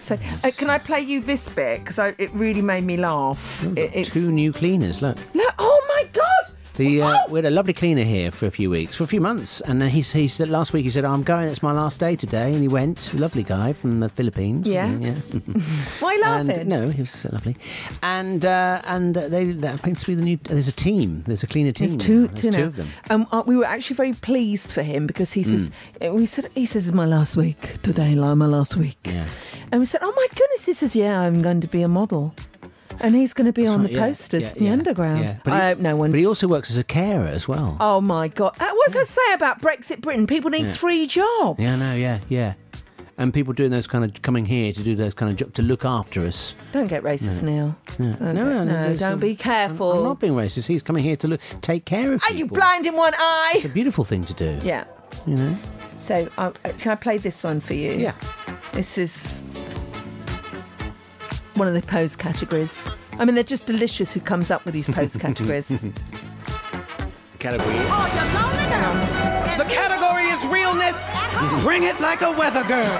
Speaker 5: So, uh, can I play you this bit? Because it really made me laugh. It, it's
Speaker 4: Two new cleaners, look.
Speaker 5: no, oh my god!
Speaker 4: The uh,
Speaker 5: Oh!
Speaker 4: we had a lovely cleaner here for a few weeks, for a few months, and uh, he he said last week he said "Oh, I'm going. It's my last day today, and he went. Lovely guy from the Philippines.
Speaker 5: Yeah.
Speaker 4: wasn't he?
Speaker 5: [laughs]
Speaker 4: yeah. [laughs]
Speaker 5: Why are you
Speaker 4: And-
Speaker 5: laughing?
Speaker 4: no, he was lovely, and uh, and uh, they that appears to be the new. There's a team. There's a cleaner team.
Speaker 5: There's two,
Speaker 4: now.
Speaker 5: two,
Speaker 4: There's
Speaker 5: now.
Speaker 4: two of them.
Speaker 5: Um, uh, we were actually very pleased for him because he says,
Speaker 4: Hmm.
Speaker 5: uh, we said, he says, my last week today, like my last week.
Speaker 4: Yeah.
Speaker 5: And we said, oh my goodness, he says, yeah, I'm going to be a model. And he's going to be on the
Speaker 4: Yeah,
Speaker 5: posters
Speaker 4: yeah,
Speaker 5: in the
Speaker 4: yeah,
Speaker 5: underground.
Speaker 4: yeah.
Speaker 5: I hope no one's.
Speaker 4: But he also works as a carer as well.
Speaker 5: oh my God. Uh, What's that say about Brexit Britain? People need
Speaker 4: Yeah.
Speaker 5: three jobs.
Speaker 4: Yeah, no, yeah, yeah. And people doing those kind of coming here to do those kind of jobs to look after us.
Speaker 5: Don't get racist,
Speaker 4: No.
Speaker 5: Neil.
Speaker 4: Yeah.
Speaker 5: Okay,
Speaker 4: No, no, no, there's
Speaker 5: don't
Speaker 4: some-
Speaker 5: be careful.
Speaker 4: I'm not being racist. He's coming here to look, take care of.
Speaker 5: Are you blind in one
Speaker 4: It's
Speaker 5: eye?
Speaker 4: a beautiful thing to do.
Speaker 5: Yeah.
Speaker 4: You know.
Speaker 5: So, uh, can I play this one for you?
Speaker 4: Yeah.
Speaker 5: This is one of the pose categories. I mean, they're just delicious who comes up with these
Speaker 4: [laughs]
Speaker 5: pose categories.
Speaker 4: Category.
Speaker 14: The category is realness. Bring it like a weather
Speaker 4: [laughs]
Speaker 14: girl.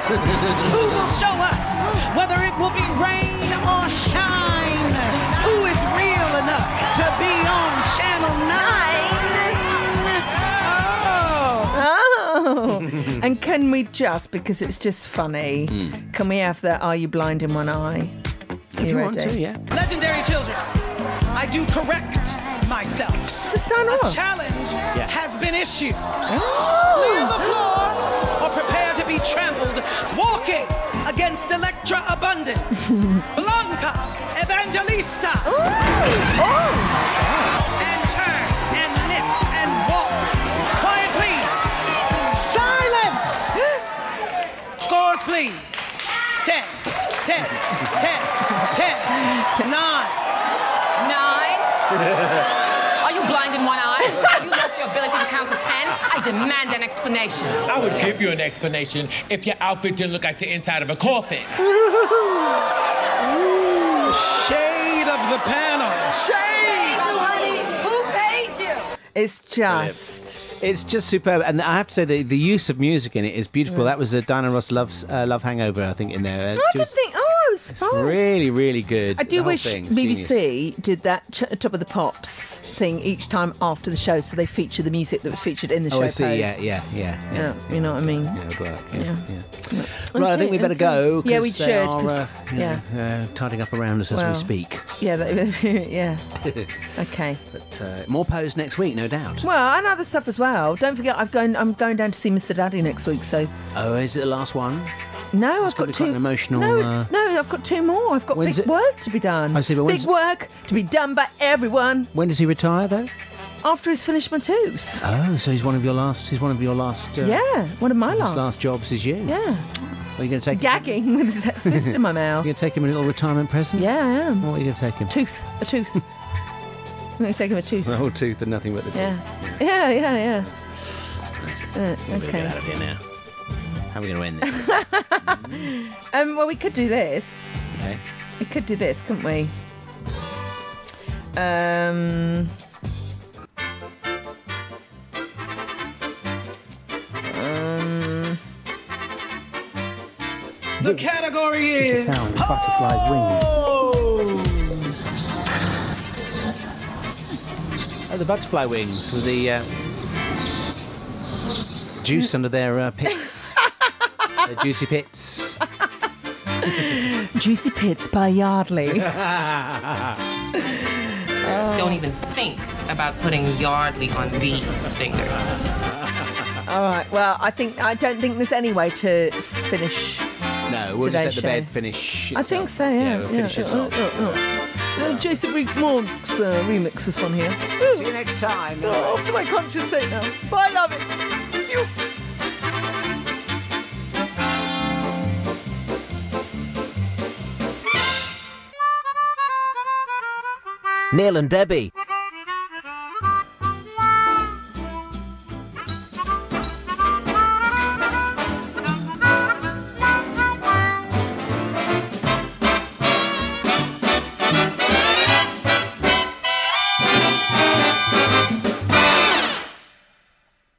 Speaker 14: Who will show us whether it will be rain or shine? Who is real enough to be on Channel 9?
Speaker 5: Oh! and can we just, because it's just funny,
Speaker 4: Hmm.
Speaker 5: can we have the Are You Blind in One Eye? Are
Speaker 14: If you want
Speaker 5: ready?
Speaker 14: to,
Speaker 4: yeah.
Speaker 14: Legendary children, I do correct myself.
Speaker 5: It's a Star
Speaker 14: A
Speaker 5: Wars.
Speaker 14: challenge
Speaker 5: Yeah.
Speaker 14: has been issued. Clear
Speaker 5: Oh!
Speaker 14: the floor or prepare to be trampled. Walking against Electra Abundance. Blanca Evangelista.
Speaker 5: Oh!
Speaker 14: And turn and lift and walk. Quiet, please. Silence. Scores, please. 10, 10, 10, 10, 9.
Speaker 8: Nine. Are you blind in one eye? Have you lost your ability to count to ten? I demand an explanation.
Speaker 15: I would give you an explanation if your outfit didn't look like the inside of a coffin.
Speaker 14: Ooh, shade of the panel.
Speaker 5: Shade.
Speaker 8: Who paid you?
Speaker 5: It's just.
Speaker 4: It's just superb, and I have to say the, the use of music in it is beautiful.
Speaker 5: Yeah.
Speaker 4: That was a Diana Ross love uh, love hangover, I think, in there.
Speaker 5: Mm. I
Speaker 4: Uh, she
Speaker 5: didn't
Speaker 4: was
Speaker 5: think. Oh, I was surprised.
Speaker 4: really, really good.
Speaker 5: I
Speaker 4: The
Speaker 5: do
Speaker 4: whole
Speaker 5: wish
Speaker 4: thing's
Speaker 5: BBC
Speaker 4: genius.
Speaker 5: did that ch- Top of the Pops thing each time after the show, so they feature the music that was featured in the
Speaker 4: Oh,
Speaker 5: show.
Speaker 4: I see.
Speaker 5: Pose.
Speaker 4: Yeah, yeah, yeah,
Speaker 5: Yeah,
Speaker 4: yeah.
Speaker 5: you know what I mean.
Speaker 4: Yeah, it worked, yeah,
Speaker 5: Yeah.
Speaker 4: yeah. Right, I think we
Speaker 5: Okay,
Speaker 4: better go.
Speaker 5: okay. Yeah, we
Speaker 4: 'cause they
Speaker 5: should,
Speaker 4: are,
Speaker 5: 'cause-
Speaker 4: uh, you know, uh, tidying up around us as
Speaker 5: Well.
Speaker 4: we speak.
Speaker 5: Yeah, that, [laughs] yeah. Okay.
Speaker 4: But uh, more pose next week, no doubt.
Speaker 5: Well, and other stuff as well. Don't forget, I've going. I'm going down to see Mr. Daddy next week. So
Speaker 4: Oh, is it the last one?
Speaker 5: no, I've got
Speaker 4: It's quite
Speaker 5: two.
Speaker 4: an emotional.
Speaker 5: no,
Speaker 4: uh,
Speaker 5: it's no. I've got two more. I've got
Speaker 4: When's it-
Speaker 5: big work to be done.
Speaker 4: I see, but
Speaker 5: big
Speaker 4: when's-
Speaker 5: work to be done by everyone
Speaker 4: When does he retire though?
Speaker 5: after he's finished my tooth.
Speaker 4: Oh, so he's one of your last. He's one of your last. Uh,
Speaker 5: yeah, one of my
Speaker 4: his
Speaker 5: last.
Speaker 4: last jobs is you.
Speaker 5: Yeah,
Speaker 4: Are you going to take?
Speaker 5: gagging [laughs] with his fist in my
Speaker 4: You
Speaker 5: mouth.
Speaker 4: going to take him a little retirement present?
Speaker 5: Yeah, I am.
Speaker 4: What are you going to take him?
Speaker 5: Tooth, a tooth. [laughs] I'm going to take him a tooth.
Speaker 4: The whole tooth and nothing but the
Speaker 5: Yeah,
Speaker 4: tooth.
Speaker 5: yeah, yeah, yeah. Uh,
Speaker 4: We're going to get
Speaker 5: okay.
Speaker 4: out of here now. How are we going to end this?
Speaker 5: [laughs] Um, well, we could do this.
Speaker 4: okay.
Speaker 5: We could do this, couldn't we? Um.
Speaker 14: Um. The category
Speaker 18: Is
Speaker 14: is.
Speaker 18: the sound of butterflies' wings.
Speaker 4: Oh, the butterfly wings with the uh, juice under their uh,
Speaker 5: [laughs]
Speaker 4: pits, their juicy pits.
Speaker 5: Juicy Pits by Yardley.
Speaker 6: Don't even think about putting Yardley on these fingers.
Speaker 5: All right. Well, I think I don't think there's any way to finish.
Speaker 4: No, we'll
Speaker 5: today's
Speaker 4: just let the
Speaker 5: show.
Speaker 4: bed finish.
Speaker 5: I
Speaker 4: Itself.
Speaker 5: think so. Yeah.
Speaker 4: we'll finish
Speaker 5: yeah.
Speaker 4: it
Speaker 5: Uh,
Speaker 4: off.
Speaker 5: uh, uh, uh, Jason Reed Morg's uh, remix this one here. See
Speaker 4: you next time.
Speaker 5: Oh, off to my conscious sake now. Bye, love it. You.
Speaker 13: Neil and Debbie.